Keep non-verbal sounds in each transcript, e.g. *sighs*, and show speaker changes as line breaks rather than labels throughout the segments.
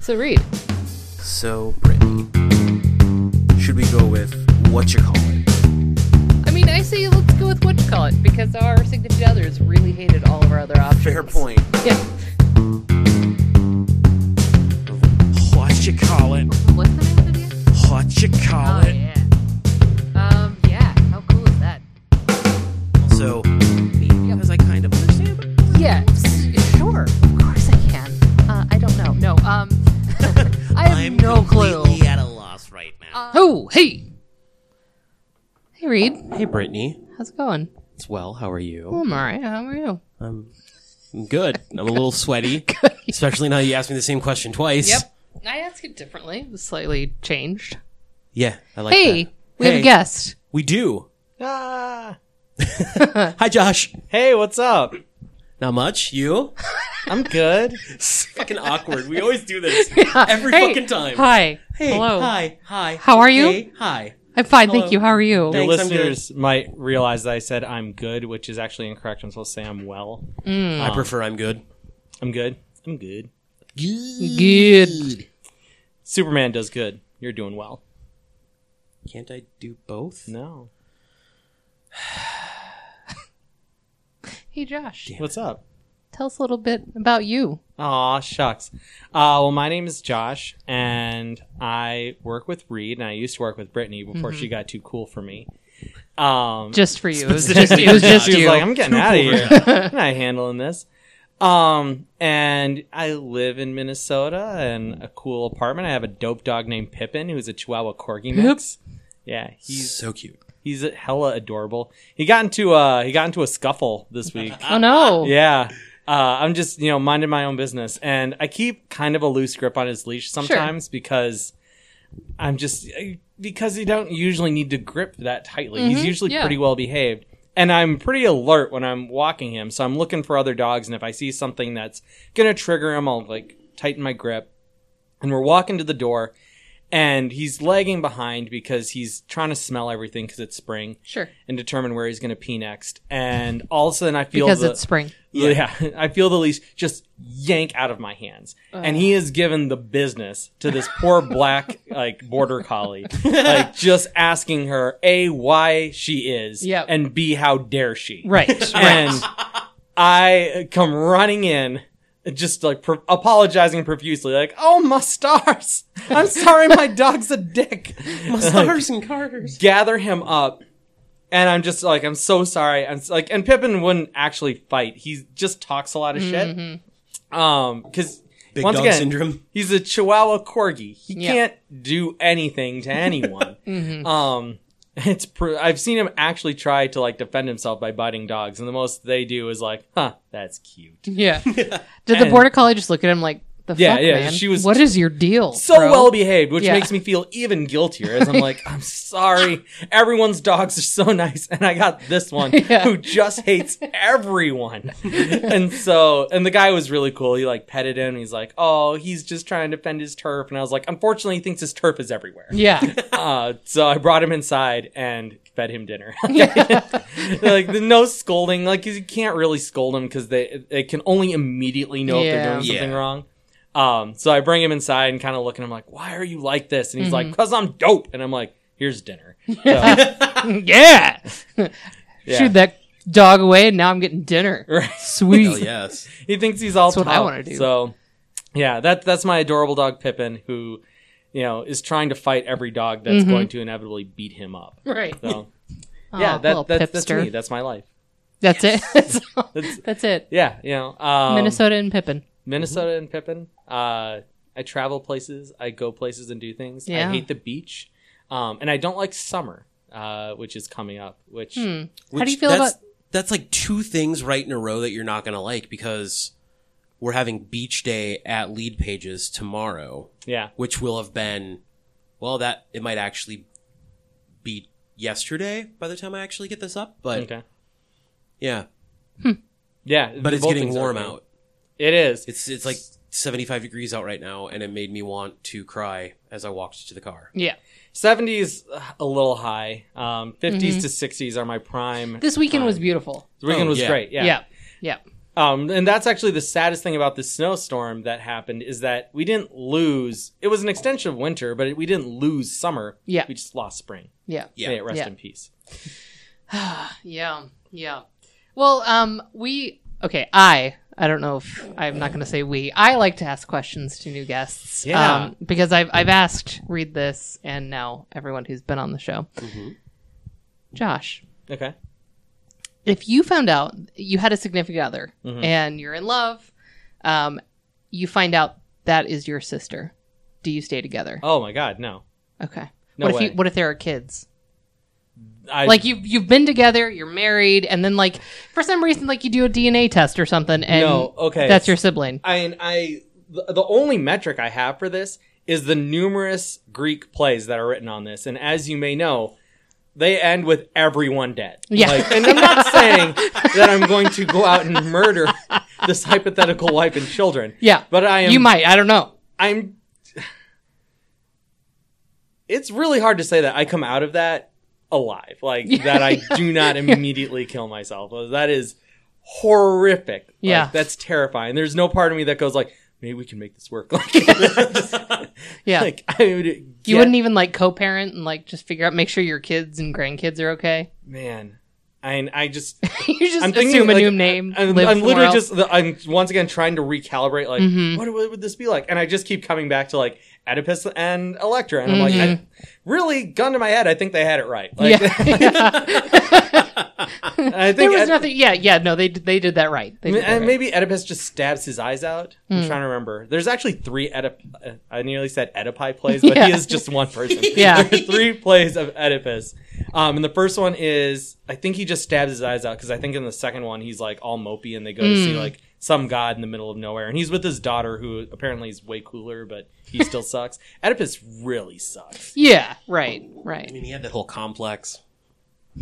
So read.
So, Brittany, should we go with what you call it?
I mean, I say let's go with what you call it because our significant others really hated all of our other options.
Fair point.
Yeah.
What you call it?
What's the name of it again?
What you call
Oh yeah. Um. Yeah. How cool is that?
Also, maybe because I kind of understand. but-
Yeah. s- Sure. Of course I can. Uh, I don't know. No. Um. *laughs* I have
I'm
no clue.
completely at a loss right now.
Oh, hey. Hey, Reed.
hey, Brittany.
How's it going?
It's well. How are you?
I'm all right. How are you?
I'm I'm good. I'm a
*laughs*
little sweaty, especially now you asked me the same question twice.
Yep. I ask it differently. It was slightly changed.
Yeah, I like
Hey,
that.
we have
Hey.
a guest.
We do.
Ah.
*laughs* Hi, Josh.
Hey, what's up?
Not
*laughs*
much. You?
I'm good.
It's fucking awkward. We always do this every
Hey.
fucking time.
Hi.
Hey,
Hello.
Hi. Hi.
How are you?
Hey, hi.
I'm fine,
Hello.
thank you. How are you?
Thank-
Your
Thanks, I'm
listeners might realize that I said I'm good, which is actually incorrect. I'm supposed to say I'm well.
Hmm.
I prefer I'm good.
I'm good. I'm good.
Good.
Superman does good. You're doing well.
Can't I do both?
No.
Hey, Josh.
What's up?
Tell us a little bit about you.
Aw, shucks. Uh, well, my name is Josh, and I work with Reed, and I used to work with Brittany before
Mm-hmm.
she got too cool for me. Um,
Just for you. It was just, it was just
she was
you.
like, I'm getting out of here. *laughs* I'm not handling this. Um, and I live in Minnesota in a cool apartment. I have a dope dog named Pippin, who's a Chihuahua Corgi mix. Yeah,
He's
he's
so cute.
he's hella adorable. He got into uh he got into a scuffle this week.
oh, *laughs* no.
yeah. Uh, I'm just, you know, minding my own business. And I keep kind of a loose grip on his leash sometimes because I'm just, because you don't usually need to grip that tightly. He's usually
Mm-hmm. yeah.
pretty well behaved. And I'm pretty alert when I'm walking him. So I'm looking for other dogs. And if I see something that's going to trigger him, I'll like tighten my grip. And we're walking to the door. And he's lagging behind because he's trying to smell everything because it's spring
Sure.
and determine where he's going to pee next. And all of a sudden, I feel
Because
the,
it's spring.
yeah. *laughs* I feel the leash just yank out of my hands. And he is given the business to this poor black *laughs* like border collie.
*laughs*
like just asking her A why she is
Yep.
and B how dare she.
*laughs* Right.
And I come running in just like pro- apologizing profusely like, "Oh my stars. I'm sorry my dog's a dick."
*laughs*
My
Stars and Carters.
gather him up and i'm just like i'm so sorry i'm s- like and pippin wouldn't actually fight he just talks a lot of shit um because
Big
once
dog
again
syndrome.
he's a chihuahua corgi he
Yeah.
can't do anything to anyone um it's pr- i've seen him actually try to like defend himself by biting dogs and the most they do is like huh that's cute
*laughs* yeah. Did the
And-
border collie just look at him like, the
Yeah,
fuck,
yeah,
man?
she was-
what is your deal?
so
bro?
well behaved, which
Yeah.
makes me feel even guiltier. As I'm like,
*laughs*
I'm sorry, everyone's dogs are so nice, and I got this
*laughs*
one
Yeah.
who just hates
*laughs*
everyone. and so, and the guy was really cool. He like petted him. He's like, oh, he's just trying to defend his turf. And I was like, unfortunately, he thinks his turf is everywhere. *laughs*
Yeah. *laughs*
Uh, so I brought him inside and fed him dinner. *laughs* like the no scolding, like 'cause you can't really scold them because they they can only immediately know if
Yeah.
they're doing something
Yeah.
wrong. Um, so I bring him inside and kind of look at him like, "Why are you like this?" And he's
Mm-hmm.
like, "Cause I'm dope." And I'm like, "Here's
*laughs*
dinner." So,
yeah.
yeah.
Shoot that dog away, and now I'm getting dinner.
Right.
Sweet. *laughs*
Hell yes.
*laughs* he thinks he's all
That's what I
tough.
wanna do.
So, yeah, that that's my adorable dog Pippin, who you know is trying to fight every dog that's going to inevitably beat him up.
Mm-hmm. Right. *laughs*
So,
Aw,
yeah,
little
that, that, that's
pipster.
me. That's my life.
That's *laughs* it. that's,
That's-
it.
Yeah, you know, um,
Minnesota and Pippin.
Minnesota and Pippin. Uh, I travel places. I go places and do things.
Yeah.
I hate the beach, um, and I don't like summer, uh, which is coming up. Which
How do you
Which-
feel
that's,
about-
That's like two things right in a row that you're not gonna like because we're having beach day at Lead Pages tomorrow,
yeah,
which will have been, well, that it might actually be yesterday by the time I actually get this up, but
okay,
yeah,
yeah,
but it's
both
getting
things are
warm
okay.
out.
It is.
It's it's like 75 degrees out right now, and it made me want to cry as I walked to the car.
Yeah.
Seventies uh, a little high. Um, 50s to sixties are my prime.
Mm-hmm. This weekend was beautiful.
The weekend
Oh,
was
yeah.
great. Yeah.
Yeah. Yeah.
Um, and that's actually the saddest thing about this snowstorm that happened is that we didn't lose. It was an extension of winter, but we didn't lose summer.
Yeah.
we just lost spring.
Yeah.
Yeah.
May it rest
Yeah.
in peace.
Yeah, yeah. Well, um, we okay. I I don't know if I'm not going to say we. I like to ask questions to new guests.
Yeah.
um, because I've I've asked read this and now everyone who's been on the show.
Mm-hmm.
Josh,
Okay.
if you found out you had a significant other
Mm-hmm.
and you're in love, um, you find out that is your sister. Do you stay together?
Oh my God, no.
Okay.
No
what if
way.
you, what if there are kids?
I,
like you you've been together, you're married, and then like for some reason like you do a DNA test or something, and
No, okay.
that's your sibling.
I and I the the only metric I have for this is the numerous Greek plays that are written on this, and as you may know, they end with everyone dead.
Yeah.
Like, and
*laughs*
I'm not saying that I'm going to go out and murder *laughs* this hypothetical wife and children.
Yeah,
but I am.
you might. I don't know.
I'm. It's really hard to say that I come out of that alive, like that I
*laughs*
do not immediately kill myself. That is horrific. Like,
Yeah.
that's terrifying. There's no part of me that goes like, maybe we can make this work. *laughs* Like, just-
Yeah,
like, I would
you wouldn't even like co-parent and like just figure out, make sure your kids and grandkids are okay. *laughs*
man. I I just
you just
I'm
assume
thinking
a
like,
new name.
I- I'm,
live
I'm
somewhere
literally
else.
just the, I'm once again trying to recalibrate like
Mm-hmm.
what, what would this be like, and I just keep coming back to like Oedipus and Electra, and I'm like, I,
Mm-hmm.
really, gun to my head, I think they had it right. Like, *laughs* I
*laughs*
think
there was
Oed-
nothing. Yeah, yeah. No, they did- they did that right. They did that
and
right.
maybe Oedipus just stabs his eyes out.
Hmm.
I'm trying to remember. There's actually three Oedip- uh, I nearly said Oedipi plays, but he
Yeah.
is just one
*laughs*
person.
Yeah.
There are three plays of Oedipus. Um, and the first one is I think he just stabs his eyes out because I think in the second one he's like all mopey and they go to
Hmm.
see like some god in the middle of nowhere and he's with his daughter who apparently is way cooler but he
*laughs*
still sucks. Oedipus really sucks.
Yeah. Right.
I
Right.
mean, he had that whole complex.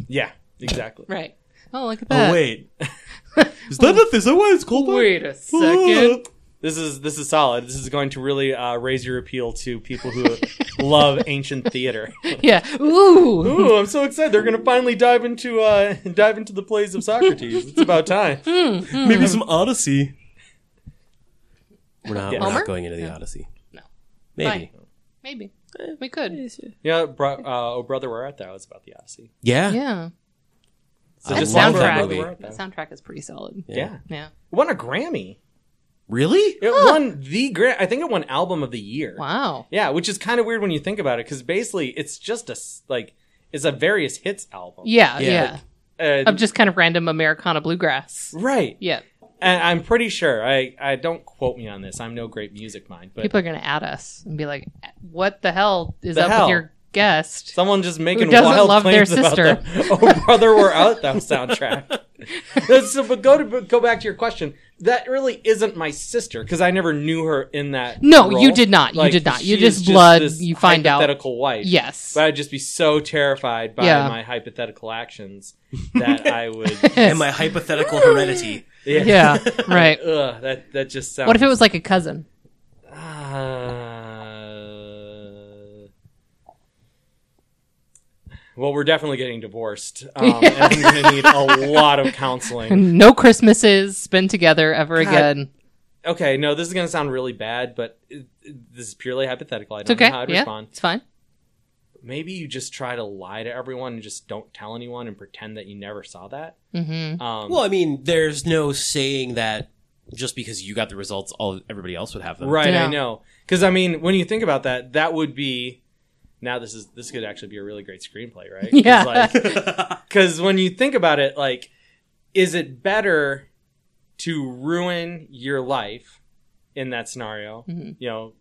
Yeah, exactly.
Right. Oh, look at that. *laughs*
wait. is that a, is that why it's called that?
Wait a
*laughs*
second.
This is this is solid. This is going to really uh, raise your appeal to people who love ancient theater.
Yeah. Ooh.
*laughs* Ooh, I'm so excited! They're going to finally dive into uh, dive into the plays of Socrates. It's about time.
Hmm. Maybe some Odyssey.
We're not, we're
Homer?
not going into the Odyssey.
No.
Maybe.
Maybe we could.
*laughs* Yeah, bro- uh, Oh Brother, Where Art Thou is about the Odyssey.
Yeah.
Yeah.
So
That
just love
soundtrack.
that movie.
Where Art Thou.
That soundtrack is pretty solid.
Yeah.
Yeah.
It won a Grammy.
Really?
It won the Gra- I think it won Album of the Year.
Wow.
Yeah, which is kind of weird when you think about it, because basically it's just a s- like it's a various hits album.
Yeah,
Yeah,
yeah.
And-
of just kind of random Americana bluegrass.
right.
Yeah.
And I'm pretty sure. I, I don't quote me on this. I'm no great music mind, but
People are going to add us and be like, what the hell is
The
up
hell?
with your guest?
someone just making
Who doesn't
wild
love their
claims about
sister?
the *laughs* "Oh Brother, We're Out"
*laughs*
Thou soundtrack. That's- so, but go to but go back to your question. That really isn't my sister because I never knew her in that.
No,
role.
you did not. You did not. You
she's
just blood,
this
you find out.
hypothetical wife.
yes. *laughs*
But I'd just be so terrified by
Yeah.
my
*laughs*
hypothetical actions that I would.
And my hypothetical heredity.
*laughs*
yeah, right.
Ugh, that that just sounds.
What if it was like a cousin?
Uh, well, we're definitely getting divorced. Um,
*laughs*
and I'm going to need a lot of counseling.
No Christmases spend together ever again.
Okay, no, this is going to sound really bad, but it, it- this is purely hypothetical. I
It's
don't
okay.
know how I'd
yeah,
respond.
it's fine.
Maybe you just try to lie to everyone and just don't tell anyone and pretend that you never saw that.
Mm-hmm.
Um,
Well, I mean, there's no saying that just because you got the results, all everybody else would have them. *laughs*
Right,
Yeah.
I know. Because I mean, when you think about that, that would be. Now this is this could actually be a really great screenplay, right?
Yeah.
Because when you think about it, like, is it better to ruin your life in that scenario?
Mm-hmm.
You know,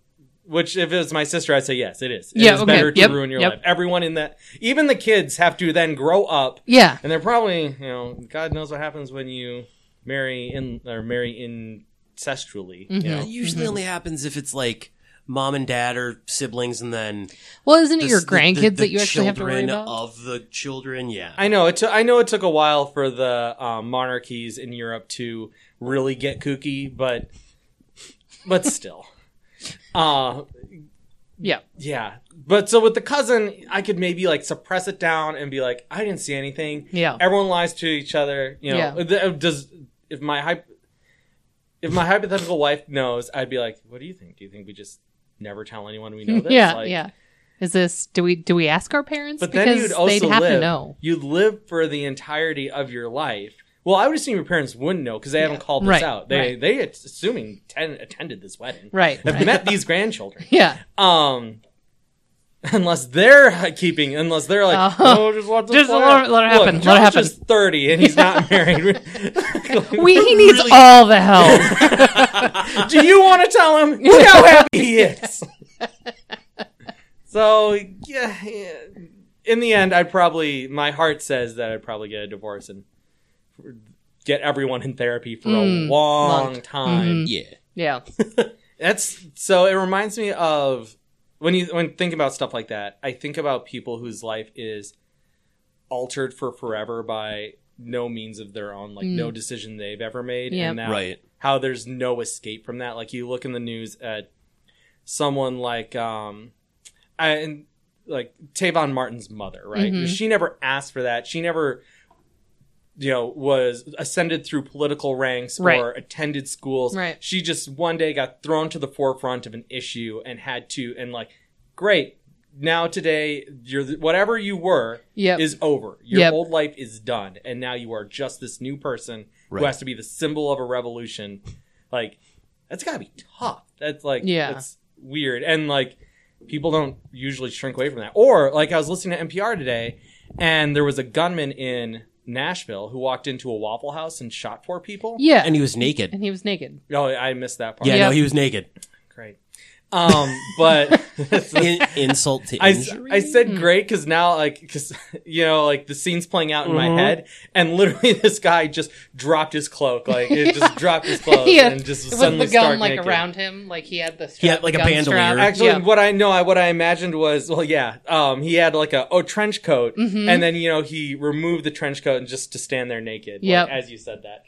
which if it's my sister, I'd say yes, it is. It
Yeah,
is
okay.
better to
Yep,
ruin your
yep.
life. Everyone in that, even the kids, have to then grow up
Yeah.
and they're probably, you know, God knows what happens when you marry in or marry incestually.
Mm-hmm.
You
It
know,
usually only happens if it's like mom and dad or siblings, and then
Well, isn't it
the-
your
the-
grandkids
the-
that you
the
actually have to worry
children
about?
of the children. Yeah,
I know it. took I know it took a while for the um, monarchies in Europe to really get kooky, but but still, *laughs* uh,
yeah.
yeah. But so with the cousin, I could maybe like suppress it down and be like, I didn't see anything.
Yeah.
everyone lies to each other. You know,
Yeah.
Th- does if my hype. if my hypothetical wife knows, I'd be like, "What do you think? Do you think we just never tell anyone
*laughs*
we know this?"
yeah,
Like,
yeah. Is this do we do we ask our parents
But then
because
you'd also
they'd have
live.
to know.
You'd live for the entirety of your life. Well, I would assume your parents wouldn't know because they haven't called this
Right,
out. They
right.
they it's assuming ten, attended this wedding,
Right.
Have
right.
met these grandchildren.
yeah.
*laughs* Um, unless they're keeping, unless they're like,
Uh-huh.
oh, just let this
Just
play
let-
out."
let it happen,
Look,
let it
Josh
happen.
Is Thirty and
*laughs*
he's not married.
We, he needs all the help.
*laughs* Do *laughs* you want to tell
*laughs*
him? Look how *laughs* happy he is. so, yeah, yeah. in the end, I'd probably, my heart says that I'd probably get a divorce and get everyone in therapy for a
Mm,
long
long- Mhm.
time.
Yeah.
yeah.
That's so. It reminds me of when you when think about stuff like that. I think about people whose life is altered for forever by no means of their own, like no decision they've ever made,
Mm. Yep.
and that
Right.
how there's no escape from that. Like you look in the news at someone like um, I, and like Tavon Martin's mother, right?
Mhm.
She never asked for that. She never you know, was ascended through political ranks or
Right.
attended schools.
Right.
She just one day got thrown to the forefront of an issue and had to, and like, great, now today, you're the, whatever you were
Yep.
is over. Your
Yep.
old life is done, and now you are just this new person
Right.
who has to be the symbol of a revolution. Like, that's gotta be tough. That's like,
Yeah.
it's weird, and like, people don't usually shrink away from that. Or like, I was listening to NPR today, and there was a gunman in Nashville who walked into a Waffle House and shot four people.
yeah.
And he was naked.
and he was naked.
Oh, I missed that part.
Yeah,
Yeah.
no, he
*laughs*
was naked.
great. Um, but *laughs*
In-
*laughs*
insult to
I, s-
injury.
I
Hmm.
said great because now like because *laughs* you know like the scene's playing out in
Mm-hmm.
my head and literally *laughs* this guy just dropped his cloak like
*laughs*
it just dropped his clothes
Yeah.
and just
With
suddenly
the gun
stark
like
naked.
around him, like he had the strap,
He had, like, a
gun
bandolier.
strap.
Actually,
yeah.
what I know, I what I imagined was, well, yeah, um, he had like a oh trench coat,
Mm-hmm.
and then you know he removed the trench coat and just to stand there naked, like,
Yep.
as you said that.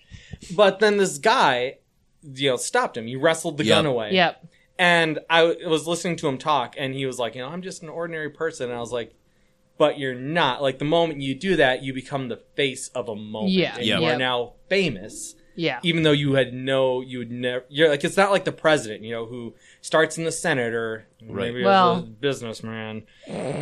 But then this guy, you know, stopped him. He wrestled the
Yep.
gun away,
Yep.
and I w- was listening to him talk, and he was like, you know, I'm just an ordinary person. And I was like, but you're not. Like the moment you do that, you become the face of a moment.
Yeah.
And
Yeah.
you are
Yep.
now famous,
Yeah.
even though you had no, you would never. You're like, it's not like the president, you know, who starts in the Senate or
Right.
maybe
Well-
well, a businessman,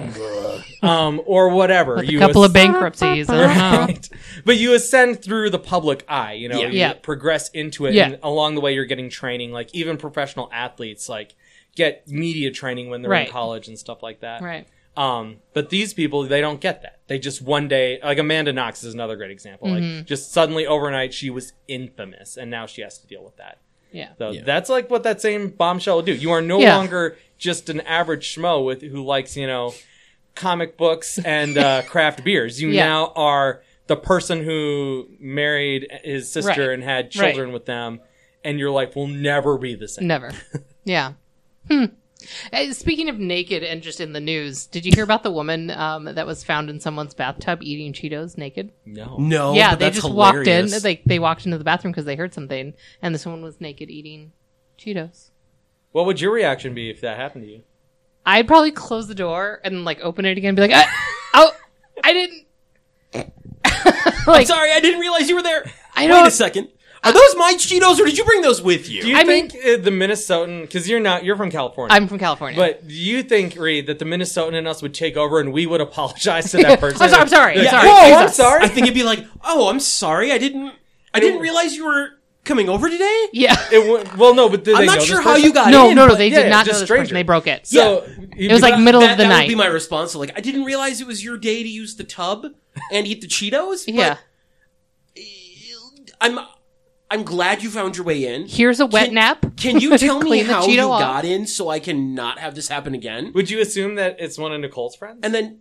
*sighs* um, or whatever.
With a couple
as-
of bankruptcies. Uh-huh. I don't
*laughs*
know.
Right. But you ascend through the public eye, you know,
Yeah.
you
Yeah.
progress into it.
Yeah.
And along the way, you're getting training. Like, even professional athletes, like, get media training when they're
Right.
in college and stuff like that.
Right.
Um, but these people, they don't get that. They just one day, like Amanda Knox is another great example.
Mm-hmm.
Like, just suddenly overnight, she was infamous, and now she has to deal with that.
Yeah.
So
Yeah.
that's like what that same bombshell will do. You are no
Yeah.
longer just an average schmo with who likes you know comic books
*laughs*
and uh, craft beers. You
Yeah.
now are the person who married his sister
Right.
and had
Right.
children with them, and your life will never be the same.
Never. Yeah. Hmm. Uh, Speaking of naked and just in the news, did you hear about the woman um, that was found in someone's bathtub eating Cheetos naked?
No,
no.
yeah,
but
they
Oh, that's
just walked in.
hilarious.
They they walked into the bathroom because they heard something, and this woman was naked eating Cheetos.
what would your reaction be if that happened to you?
I'd probably close the door and like open it again, and be like,
*laughs*
I, oh, I didn't. like
Sorry, I didn't realize you were there.
I
Wait a
don't.
second. Are those my Cheetos, or did you bring those with you?
Do you
I
think uh the Minnesotan? Because you're not, you're from California.
I'm from California.
but do you think, Reed, that the Minnesotan in us would take over and we would
*laughs*
apologize to that person?
I'm sorry. I'm sorry. I'm
Yeah.
sorry.
Whoa, I'm
Jesus.
sorry.
I think it'd be like, oh, I'm sorry, I didn't, I didn't realize you were coming over today.
Yeah.
It would, well, no, but did
I'm
they
not
know this
sure how
person?
you got
No,
in.
no, no.
but
They
yeah,
did not
just
know this person.
stranger.
They broke it.
So
It was like middle of
Uh, that,
the
that
night.
would be my response. to, Like, I didn't realize it was your day to use the tub and eat the Cheetos. but
yeah.
I'm, I'm glad you found your way in.
Here's a wet
Can-
nap. *laughs*
Can you tell me
Clean the
how
Cheeto
you
off.
got in so I can not have this happen again?
Would you assume that it's one of Nicole's friends?
*laughs*
And then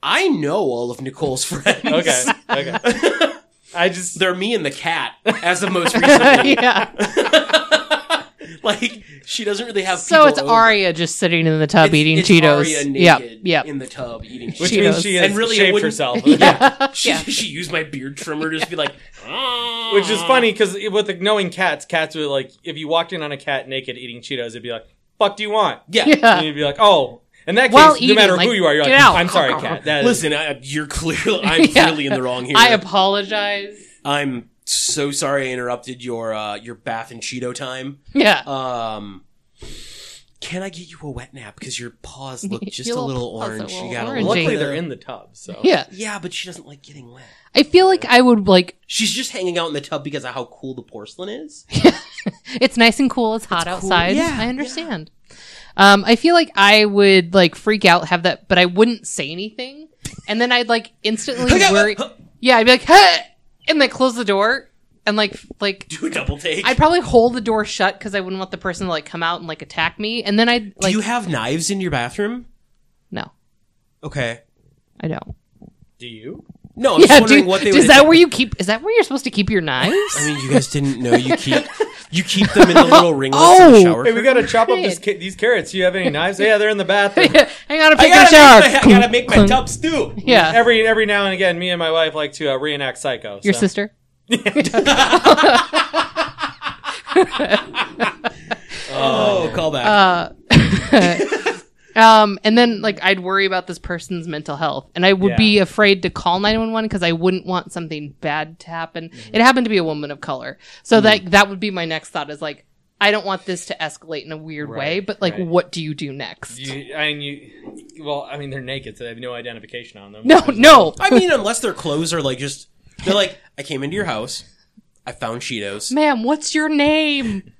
I know all of Nicole's *laughs* friends.
okay, okay. I just
They're me and the cat as the
*laughs*
most recently. *laughs*
yeah.
Like she doesn't really have.
So
people
it's
over.
Arya just sitting in the tub
It's-
eating
it's
Cheetos.
Arya
yep.
naked
Yep.
in the tub eating Cheetos.
which
Cheetos.
means she has
And really, it
shaved
wouldn't-
herself.
*laughs*
*laughs*
yeah.
She, she used my beard trimmer to just be like, "Ah."
Which is funny because with the, knowing cats, cats would like if you walked in on a cat naked eating Cheetos, it'd be like, "Fuck, do you want?"
"Ah." yeah.
*laughs* Yeah.
And you'd be like, "Oh." In that case,
While
no
eating,
matter
like,
who you are, you're
get
like,
out. *laughs*
"I'm sorry, cat." That is-
Listen, I, you're clearly, I'm
Yeah.
clearly in the wrong here.
I apologize.
I'm so sorry I interrupted your uh, your bath and Cheeto time.
Yeah.
Um, can I get you a wet nap because your
*laughs*
paws look just
Your
a
little
little
paws are
orange?
a little
You got
orangey.
a look.
Luckily,
Jada.
they're in the tub, so
yeah.
Yeah, but she doesn't like getting wet.
I feel like I would like
She's just hanging out in the tub because of how cool the
*laughs*
porcelain is.
it's nice and cool, it's hot outside.
Yeah,
I understand. Um I feel like I would like freak out, have that but I wouldn't say anything. And then I'd like
*laughs*
instantly worry
uh,
Yeah, I'd be like, hey! and like close the door and like f- like
Do a double take.
I'd probably hold the door shut because I wouldn't want the person to like come out and like attack me. And then I'd like
Do you have knives in your bathroom?
No,
Okay.
I don't.
do you?
No, I'm just wondering what they
is
would.
that where you keep is that where you're supposed to keep your
*laughs*
knives? *laughs*
I mean, you guys didn't know you keep you keep them in the little ringlets in the
Oh!
shower.
Hey, we gotta chop up this
Right.
ca- these carrots. Do you have any
*laughs*
knives? yeah, they're in the bathroom.
Hang on, I'm
I
taking a
gotta,
shower.
make my, I gotta make my tub stew.
yeah.
Every every now and again, me and my wife like to uh, reenact Psycho.
your
so.
sister?
Oh, call
Uh,
back.
Um, and then like I'd worry about this person's mental health, and I would
Yeah.
be afraid to call nine one one because I wouldn't want something bad to happen.
Mm-hmm.
It happened to be a woman of color, so that that would be my next thought is like I don't want this to escalate in a weird way,
Right,
but like
right.
what do you do next?
You, I mean, you. Well, I mean, they're naked, so they have no identification on them.
*laughs* no,
*laughs*
no,
I mean, unless their clothes are like just they're like, I came into your house, I found Cheetos.
ma'am, what's your name?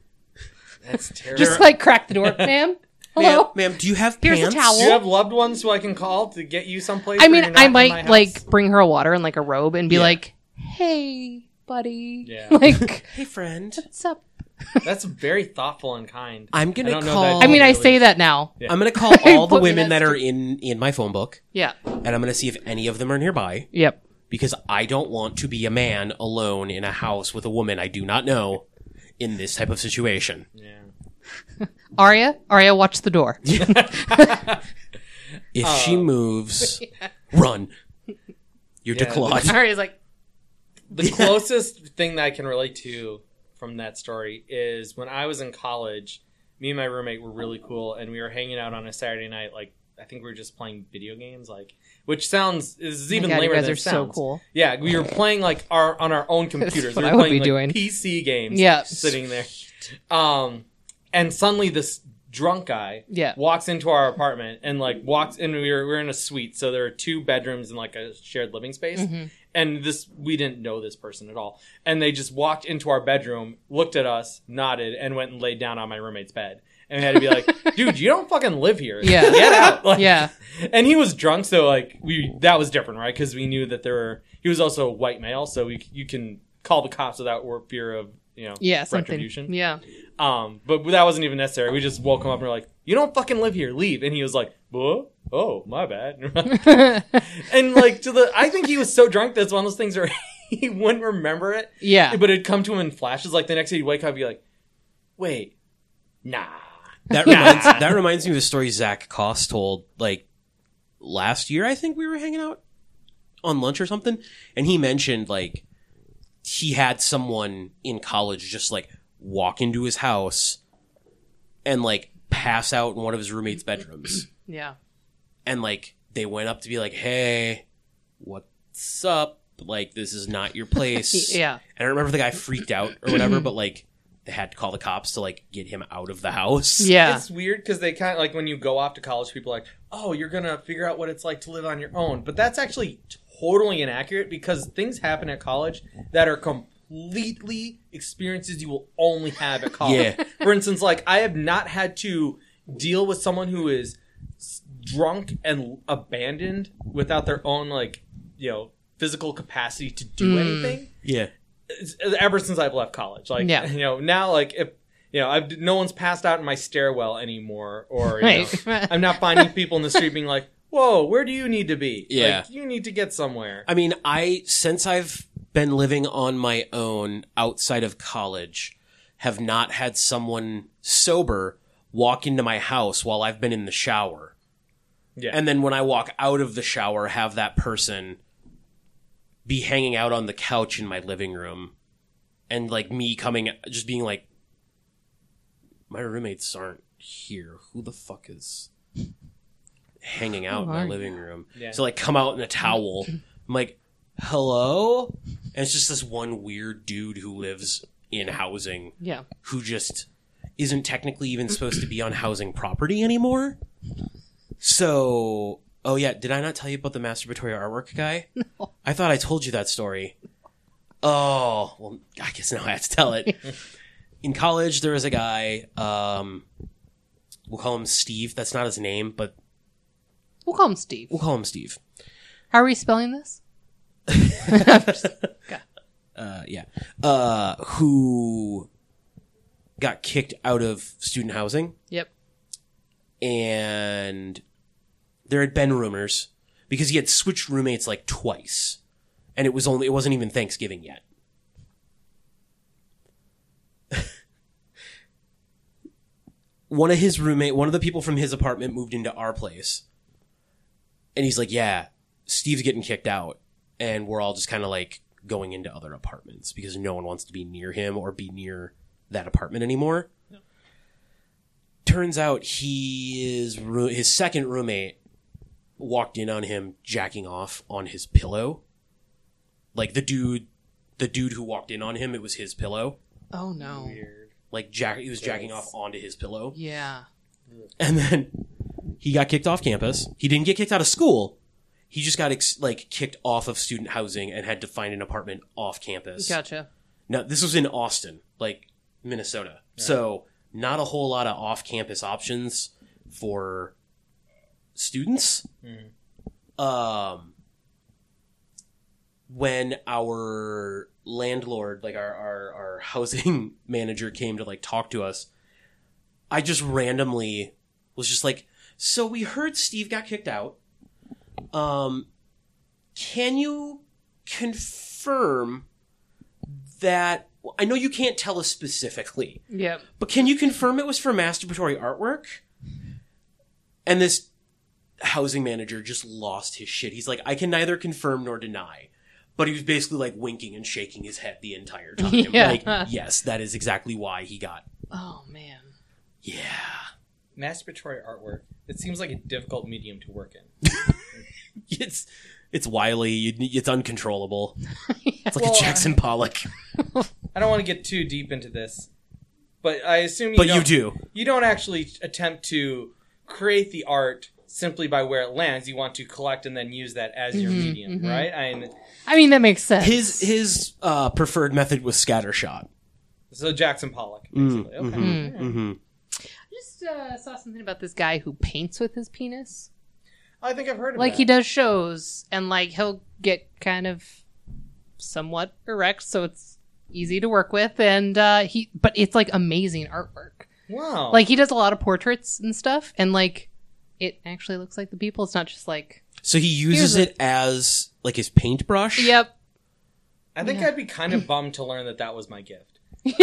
*laughs* that's
*laughs*
terrible.
Just like crack the
*laughs*
door, ma'am.
Ma'am,
Hello.
ma'am, do you have
Here's a
pants?
towel.
do you have loved ones who I can call to get you someplace?
I
where
mean,
you're not
I
in my
might
house?
like bring her a water and like a robe and be
Yeah.
like, "Hey, buddy."
Yeah.
*laughs* Like,
Hey, friend.
what's up?
That's very thoughtful and kind.
I'm gonna
I don't know
call-
that-
I mean, I
really-
say that now.
Yeah.
I'm
*laughs*
gonna call all the
Put me
women that
next
are
to-
in in my phone book,
Yeah.
and I'm gonna see if any of them are nearby
Yep.
because I don't want to be a man alone in a house with a woman I do not know in this type of situation.
Yeah.
Arya, Arya, watch the door.
If she
Oh. *laughs*
moves, run. You're
Yeah.
declawed.
Arya's like,
The closest thing that I can relate to from that story is when I was in college, me and my roommate were really cool and we were hanging out on a Saturday night like I think we were just playing video games like which sounds this is
oh my
even
God, you
lamer
guys
than
are
it
so
sounds.
cool.
Yeah, we were playing like our on our
*laughs*
own computers.
what
we were
I would
playing
be
like,
doing.
PC games.
Yeah.
sitting there. Um, and suddenly this drunk guy
Yeah.
walks into our apartment and like walks and we were, we were in a suite so there are two bedrooms and like a shared living space
Mm-hmm.
and this we didn't know this person at all and they just walked into our bedroom looked at us nodded and went and laid down on my roommate's bed and we had to be
*laughs*
like dude you don't fucking live here
Yeah. *laughs*
get out Like,
Yeah.
and he was drunk, so like we that was different, right? Because we knew that there were he was also a white male, so we, you can call the cops without wor- fear of you know
Yeah. Something.
retribution.
Yeah.
Um, but that wasn't even necessary. We just woke him up and we're like, "You don't fucking live here, leave." And he was like, "What? Oh, my bad." *laughs* and like to the, I think he was so drunk that's one of those things where *laughs* he wouldn't remember it,
Yeah.
but it'd come to him in flashes. Like the next day, he'd wake up, and be like, "Wait, nah."
That
*laughs*
reminds that reminds me of a story Zach Koss told like last year. I think we were hanging out on lunch or something, and he mentioned like he had someone in college just like walk into his house and like pass out in one of his roommates' bedrooms, *clears throat*
Yeah.
and like they went up to be like, "Hey, what's up? Like this is
*laughs*
not your place."
Yeah.
and I remember the guy freaked out or whatever, but like they had to call the cops to like get him out of the house.
Yeah.
It's weird because they kind of like when you go off to college, people are like, oh, you're going to figure out what it's like to live on your own. But that's actually totally inaccurate because things happen at college that are completely experiences you will only have at college.
Yeah.
*laughs* For instance, like I have not had to deal with someone who is s- drunk and abandoned without their own, like, you know, physical capacity to do anything
yeah.
it's- uh, ever since I've left college. Like,
Yeah.
*laughs* you know, now like if you know, I've no one's passed out in my stairwell anymore, or you
Right.
know, I'm not finding people in the street being like, "Whoa, where do you need to be?
Yeah.
like, you need to get somewhere."
I mean, I since I've been living on my own outside of college, have not had someone sober walk into my house while I've been in the shower.
Yeah.
And then when I walk out of the shower, have that person be hanging out on the couch in my living room and like me coming just being like my roommates aren't here. Who the fuck is hanging out in my
are you?
living room?
Yeah.
So like come out in a towel. I'm like, hello? And it's just this one weird dude who lives in housing
Yeah.
who just isn't technically even supposed to be on housing property anymore. So, oh yeah, did I not tell you about the masturbatory artwork
*laughs*
guy? I thought I told you that story. Oh, well, I guess now I have to tell
*laughs*
it. In college, there was a guy, um, we'll call him Steve. That's not his name, but
We'll call him Steve.
we'll call him Steve.
How are we spelling this?
uh, yeah, uh, who got kicked out of student housing,
Yep.
and there had been rumors because he had switched roommates like twice, and it was only it wasn't even Thanksgiving yet. *laughs* one of his roommate, one of the people from his apartment moved into our place, and he's like, "Yeah, Steve's getting kicked out," and we're all just kind of like going into other apartments because no one wants to be near him or be near that apartment anymore. Turns out he is roo- his second roommate walked in on him jacking off on his pillow. Like the dude, the dude who walked in on him, it was his pillow.
Oh no.
Like jack, he was jacking off onto his pillow.
Yeah.
and then he got kicked off campus. He didn't get kicked out of school. He just got ex- like kicked off of student housing and had to find an apartment off campus.
Gotcha.
Now this was in Austin, like Minnesota. So not a whole lot of off-campus options for students. Um, when our landlord, like our, our our *laughs* housing manager, came to like talk to us, I just randomly was just like, "So we heard Steve got kicked out. Um, can you confirm?" that I know you can't tell us specifically,
Yep.
but can you confirm it was for masturbatory artwork? And this housing manager just lost his shit. He's like, I can neither confirm nor deny. But he was basically like winking and shaking his head the entire time.
Yeah.
Like, yes, that is exactly why he got.
Oh man. *laughs*
Yeah. *laughs*
Masturbatory artwork. It seems like a difficult medium to work in.
It's it's wily. You- It's uncontrollable. It's like
Well,
a Jackson Pollock.
I don't want to get too deep into this, but I assume you
But you
don't,
do.
You don't actually attempt to create the art simply by where it lands. You want to collect and then use that as
Mm-hmm.
your medium, right? I mean,
I mean that makes sense.
His his uh, preferred method was scattershot.
so Jackson Pollock,
Mm,
basically. okay.
mm-hmm.
I just uh, saw something about this guy who paints with his penis.
I think I've heard of
Like
that.
he does shows, and like he'll get kind of somewhat erect, so it's easy to work with. And uh, he, but it's like amazing artwork.
Wow.
Like he does a lot of portraits and stuff, and like it actually looks like the people. It's not just like
So he uses
Here's
it as like his paintbrush.
*laughs*
yep.
I think I'd be kind
*laughs*
of bummed to learn that that was my gift. Like,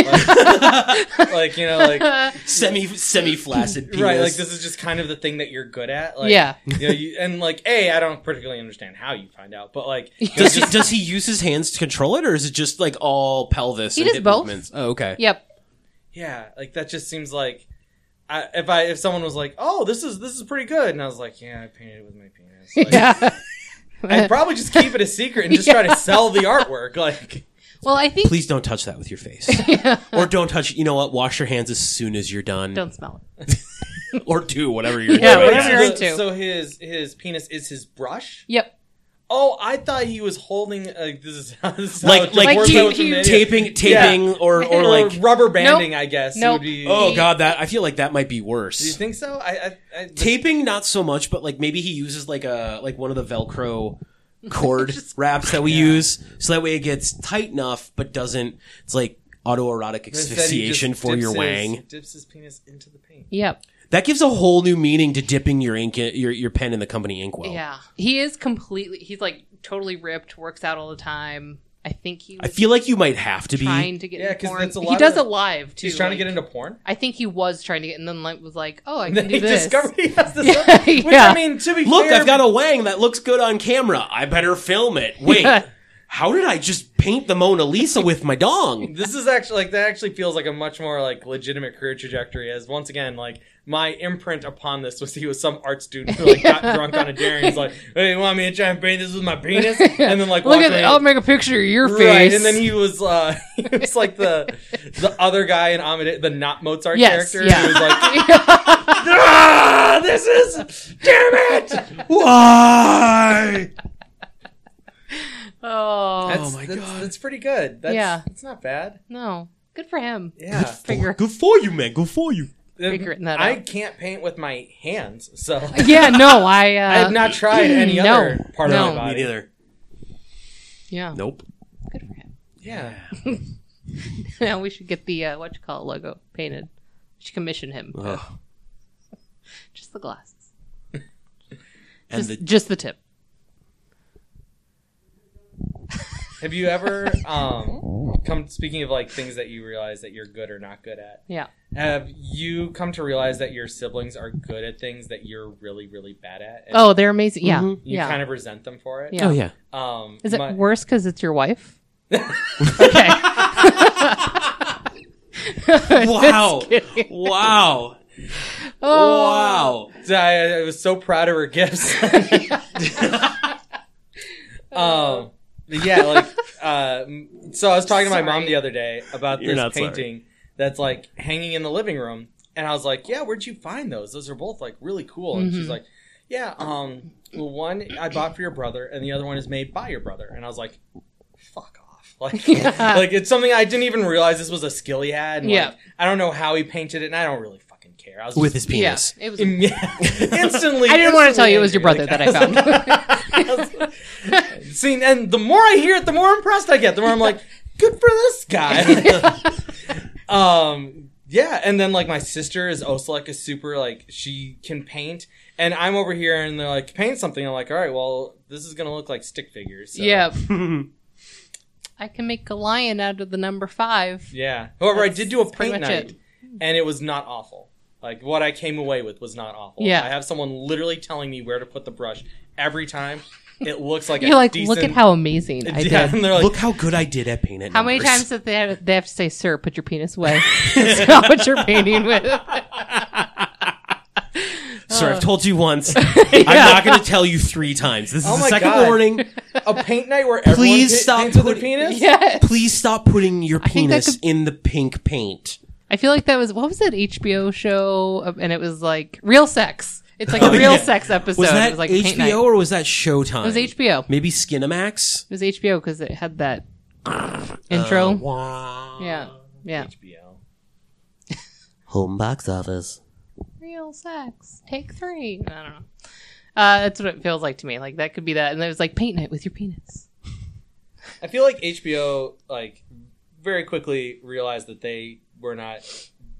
like, you
*laughs*
know, like
*laughs* semi semi flaccid penis.
right, like this is just kind of the thing that you're good at. Like,
Yeah.
you know, you, and like, a, I don't particularly understand how you find out,
*laughs*
but like, you know,
Does he does he use his hands to control it, or is it just like all pelvis?
He
and
does
hip
both.
Movements? Oh, okay.
Yep.
yeah, like that just seems like I, if I if someone was like, oh, this is this is pretty good, and I was like, yeah, I painted it with my penis. Like,
Yeah.
*laughs*
*laughs*
I'd probably just keep it a secret and just try to sell the artwork. Like,
well, I think
Please don't touch that with
*laughs*
your face, or don't touch. You know what? Wash your hands as soon as you're done,
don't smell it.
or do whatever you're
*laughs*
Yeah,
doing.
whatever. you're
so,
into.
so his his penis is his brush.
Yep.
Oh, I thought he was holding like this is how, this is how
Like
it
like
Like
works
he-
ta-
out from
he-
the-
taping taping or or
or
like.
rubber banding.
Nope.
I guess
Nope.
would be.
Oh god, that I feel like that might be
Do you
worse.
think so? I, I, I
Taping, not so much, but like maybe he uses like a like one of the Velcro
*laughs*
cord wraps that we use, so that way it gets tight enough, but doesn't. It's like autoerotic
Instead, he
asphyxiation
just
for
dips
your
his-
wang.
Dips his penis into the paint.
Yep.
That gives a whole new meaning to dipping your ink, your your pen in the company
Oh.
inkwell.
Yeah. He is completely. He's like totally ripped. Works out all the time. I think he.
I
Was
feel like you might have to be.
trying to get
Yeah,
into
'cause
porn.
that's a
he
lot
does
of-
it live too.
He's trying to get
like-
into porn.
I think he was trying to get, and then like was like, "Oh, I
And
can
then
do
he
this."
discovered he has
*laughs*
this.
Yeah,
other- Which
yeah.
I mean, to be
Look,
fair,
I've got a wang that looks good on camera. I better film it. Wait,
Yeah.
how did I just paint the Mona Lisa with my
*laughs*
dong.
This is actually like that actually feels like a much more like legitimate career trajectory as once again like my imprint upon this was he was some art student who
*laughs*
like got drunk on a dare and he's like, Hey, you want me to try and paint this with my penis?
*laughs*
And then like
Look
walked
at
away.
I'll make a picture of your
Right,
face.
and then he was uh *laughs* he was like the the other guy in Amadeus, the not Mozart
yes,
character.
yeah.
He was like, ah, this is damn it.
Why?
*laughs* oh
That's,
my
that's-
God.
that's pretty good. That's,
Yeah.
it's not bad.
no, good for him.
Yeah,
Figure.
Good for you, man. Good for you.
figuring that
I
out.
can't paint with my hands,
*laughs*
so *laughs*
Yeah, no, I. Uh,
I have not tried any
no,
other part
no.
of my
Me
body.
neither.
Yeah,
Nope.
good for him. *laughs*
Yeah,
Now we should get the uh, what you call it logo painted. We should commission him.
Uh-huh.
Ugh.
Just the glasses.
And
Just,
the
just the tip.
have you ever um come speaking of like things that you realize that you're good or not good at?
Yeah.
Have you come to realize that your siblings are good at things that you're really really bad at? And
Oh, they're amazing. Yeah.
Mhm.
Mm-hmm. you
Yeah.
kind of resent them for it.
Yeah.
oh yeah.
Um,
Is it
my-
worse because it's your wife?
*laughs*
okay.
Wow.
*laughs* *laughs* Just kidding.
Wow.
*laughs* Oh.
Wow.
I, I was so proud of
*laughs*
her gifts. *laughs* um, but yeah, like, uh, m- so I was talking to my mom
Sorry.
the other day about
You're
this
not sorry.
painting that's like hanging in the living room, and I was like, "Yeah, where'd you find those? Those are both like really cool." And
Mm-hmm.
she's like, "Yeah, um, well, one I bought for your brother, and the other one is made by your brother." And I was like, "Fuck." off!" *laughs* Like,
Yeah.
like it's something I didn't even realize this was a skill he had. And
Yeah.
like, I don't know how he painted it, and I don't really fucking care. I was just
With his
Yeah.
penis.
It was.
Im- *laughs* instantly.
I didn't want to tell you it was your brother
instantly
that I
angry.
found. *laughs*
*laughs* See, and the more I hear it, the more impressed I get. The more I'm like, good for
*laughs*
this guy. *laughs* um, yeah, and then like my sister is also like a super like she can paint, and I'm over here and they're like paint something. I'm like, all right, well this is gonna look like stick figures. so-
Yeah.
*laughs*
I can make a lion out of the number five.
yeah. However, I
That's-
did do a
that's pretty
paint
much
night,
it.
and it was not awful. Like what I came away with was not awful.
Yeah.
I have someone literally telling me where to put the brush every time. It
*laughs*
looks like
You're
a
like,
decent,
look at how amazing I
*laughs* yeah,
did.
and they're like,
Look how good I did at paint it.
How many times did they have, they have to say, "Sir, put your penis away"? *laughs* That's not what you're painting with.
Sir, I've told
*laughs*
you once. I'm not going to tell you three times. This is
Oh
the
my
second
*laughs*
God.
warning.
a paint night where everyone
Please
pa-
stop
paints with their
putting-
penis.
*laughs* Yes.
Please stop putting your
think that
penis
could-
in the pink paint.
I feel like that was what was that HBO show, of- and it was like real sex. It's like a real
yeah.
sex episode.
Was
it
that
was like
HBO
paint night. It
or was that Showtime? It
was HBO. It
Maybe Skinamax. Oh,
was HBO because it had that intro.
Wow.
yeah, yeah.
HBO.
Home box office.
real sex. Take three. I don't know. Uh, that's what it feels like to me. Like that could be that, and it was like paint night with your penis.
I feel like HBO like very quickly realized that they were not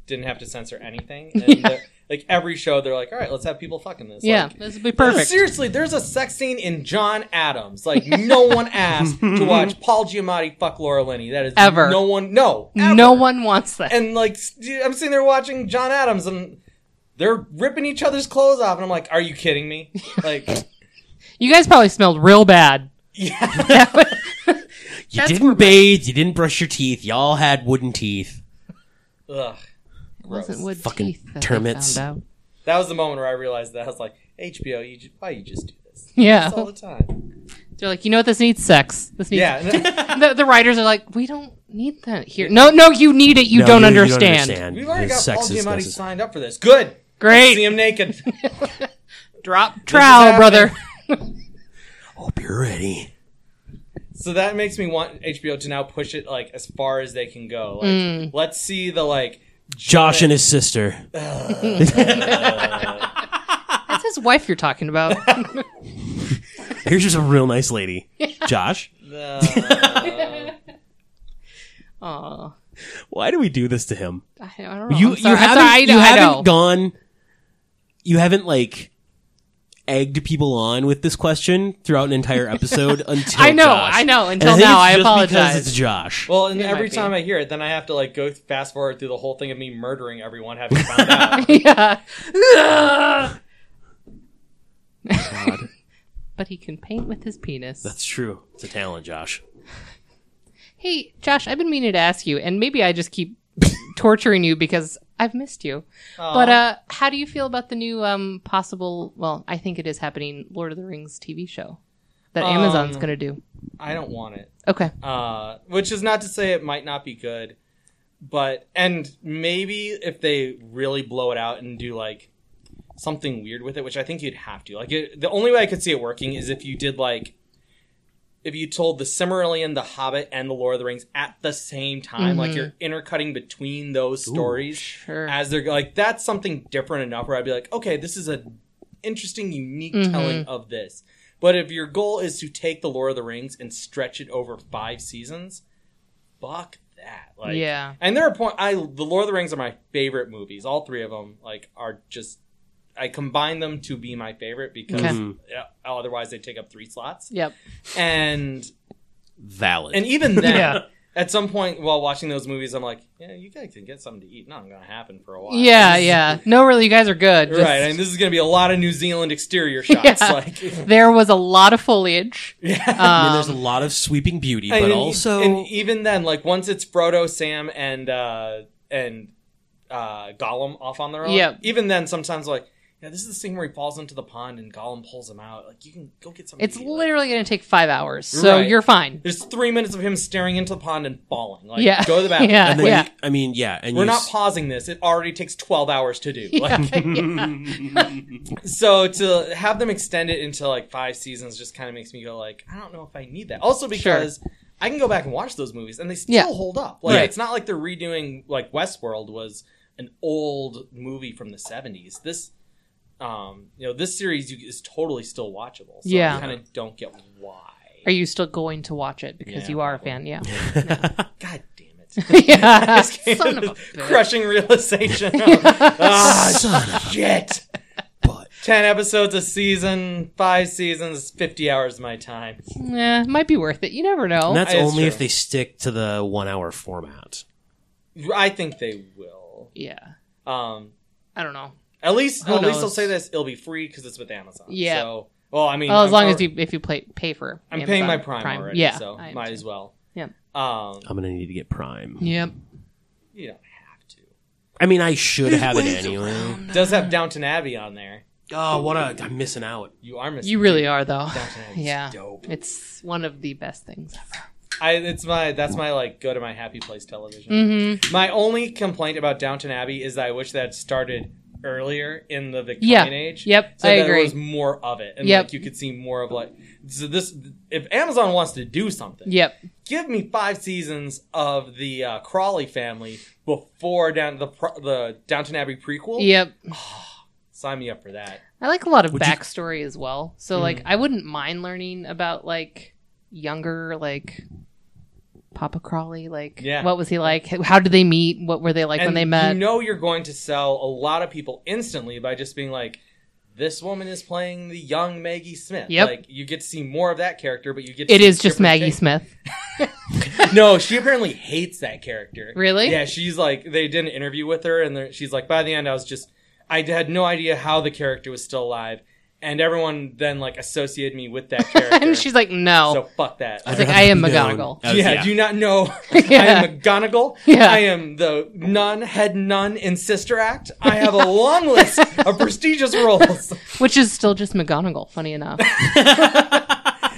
didn't have to censor
*laughs*
anything. And
Yeah.
that- like every show, they're like, all right, let's have people fucking this.
yeah,
Like,
this would be perfect.
Seriously, there's a sex scene in John Adams.
*laughs*
Like no one asked to watch Paul Giamatti fuck Laura Linney. That is
Ever.
no one. No,
No
ever.
one wants that.
And like st- I'm sitting there watching John Adams, and they're ripping each other's clothes off, and I'm like, are you
*laughs*
kidding me? Like,
you guys probably smelled real bad. *laughs*
yeah.
*laughs* You
That's
didn't bathe. You didn't brush your teeth. Y'all had wooden teeth.
Ugh.
It wasn't
Gross.
wood
Fucking
teeth that they
termites.
found out.
That was the moment where I realized that I was like, HBO, you ju- why you just do this?
Yeah.
It's all
*laughs*
the time.
They're like, you know what? This needs sex. This needs.
Yeah, *laughs*
The, the writers are like, we don't need that here. No, no, you need it. You,
No,
don't,
you- you
understand.
we've already
This
got
sex
Paul
is-
Giamatti
this is-
signed up for this. Good. See
Great.
him naked.
*laughs* Drop trowel,
*laughs*
brother.
Hope you're ready.
so that makes me want HBO to now push it like as far as they can go. Like,
Mm.
let's see the like.
Josh and his sister.
That's his wife you're talking
*laughs*
about.
Here's just a real
*laughs*
nice lady. Josh,
the-
Aw.
why do we do this to him?
I, I don't know.
you
Oh, I'm sorry.
you
I'm
haven't
sorry. I know-
you
I know. *laughs*
haven't gone you haven't like egged people on with this question throughout
*laughs*
an entire episode until
I know,
Josh.
I know.
And
Until
think
now,
it's
I
just
apologize.
because it's Josh.
well, and
It
every
might be.
time I hear it, then I have to like go fast forward through the whole thing of me murdering everyone having
*laughs*
found out.
yeah.
*laughs*
*laughs* but he can paint with his penis.
That's true. It's a talent, Josh.
"Hey, Josh, I've been meaning to ask you, and maybe I just keep *laughs* torturing you because I've missed you. But uh, how do you feel about the new um, possible? Well, I think it is happening. Lord of the Rings TV show that
Um,
Amazon's going to do.
I don't want it.
Okay,
uh, which is not to say it might not be good, but and maybe if they really blow it out and do like something weird with it, which I think you'd have to. Like it, the only way I could see it working is if you did like if you told the Silmarillion, the Hobbit, and the Lord of the Rings at the same time, like you're intercutting between those stories
sure.
as they're like that's something different enough where I'd be like, okay, this is a interesting, unique telling of this. But if your goal is to take the Lord of the Rings and stretch it over five seasons, fuck that. Like,
Yeah.
And there are point I the Lord of the Rings are my favorite movies. All three of them like are just I combine them to be my favorite because
Okay.
yeah, otherwise they take up three slots.
yep.
And
Valid.
and
*laughs*
even then,
Yeah.
at some point while watching those movies, I'm like, yeah, you guys can get something to eat. Not going to happen for a while.
Yeah, yeah. No, really, you guys are good. Just-
Right, and this is going to be a lot of New Zealand exterior
*laughs*
shots.
Yeah.
Like, *laughs*
there was a lot of foliage.
yeah.
I mean,
Um,
there's a lot of sweeping beauty,
And-
but also
and even then, like once it's Frodo, Sam, and uh, and uh, Gollum off on their own.
Yep.
Even then, sometimes like, yeah, this is the scene where he falls into the pond and Gollum pulls him out. Like, you can go get something.
it's
to eat, like-
literally going to take five hours, so
Right.
you're
*laughs*
fine.
there's three minutes of him staring into the pond and falling. Like,
Yeah. *laughs*
go to the bathroom.
Yeah.
and then
yeah.
you- I mean, yeah, and
We're
you
not
s-
pausing this. It already takes twelve hours to
*laughs*
do. Like,
Yeah, yeah.
so to have them extend it into like five seasons just kind of makes me go like i don't know if i need that also because i can go back and watch those movies and they still
Yeah.
hold up like
Right.
it's not like they're redoing like westworld was an old movie from the 70s this um you know this series you, is totally still watchable so
Yeah.
i kind of don't get why
Are you still going to watch it because
Yeah,
you are a fan?
probably.
Yeah. *laughs*
god damn it
yeah.
This came
Ah, Son of
to
a
this
bitch.
*laughs* crushing
*laughs*
realization ah
*laughs* Son of a
shit
butt.
10 episodes a season 5 seasons 50 hours of my time
Yeah, Eh, might be worth it. You never know.
And that's
That is
only
true.
if they stick to the one hour format.
I think they will.
yeah.
Um,
I don't know.
at least,
Who
at least I'll
knows?
say this: it'll be free because it's with Amazon.
Yeah.
So, well, I mean,
Well, as
I'm
long
alre-
as you if you play, pay for.
I'm paying my
Amazon
Prime, already,
Yeah.
so
I am
might
too.
as well.
Yeah.
Um,
I'm gonna need to get Prime.
Yep.
you don't have to.
I mean, I should have it anyway.
Does have Downton Abbey on there?
Oh, what a! I'm missing out.
You are missing.
You really are though.
Downton Abbey's
Yeah.
dope.
It's one of the best things ever.
I, it's my that's my like go to my happy place television.
hmm
My only complaint about Downton Abbey is that I wish that started earlier in the
Yeah.
Victorian age.
Yep.
so
I
that there
agree.
was more of it, and
Yep.
like you could see more of like so this. If Amazon wants to do something,
Yep.
give me five seasons of the uh, Crawley family before down the pro- the Downton Abbey prequel.
Yep.
sign me up for that.
I like a lot of
Would you-
backstory as well. So
Mm.
like I wouldn't mind learning about like younger like Papa Crawley, like
Yeah.
what was he like? How did they meet? What were they like when
And
they met?
you know you're going to sell a lot of people instantly by just being like, "This woman is playing the young Maggie Smith."
Yep.
Like you get to see more of that character, but you get to
it
see
is just
different
Maggie
things.
Smith. *laughs*
no, she apparently hates that character.
Really?
Yeah, she's like they did an interview with her, and they're- she's like, by the end, I was just, I had no idea how the character was still alive, and everyone then like associated me with that character.
*laughs* and she's like, No.
so fuck that.
It's like, Oh. I am
Known
McGonagall.
as-
yeah, do you not know? I
Yeah.
am McGonagall.
Yeah.
I am the nun, head nun in Sister Act. I have a long list of prestigious roles.
Which is still just McGonagall, funny enough.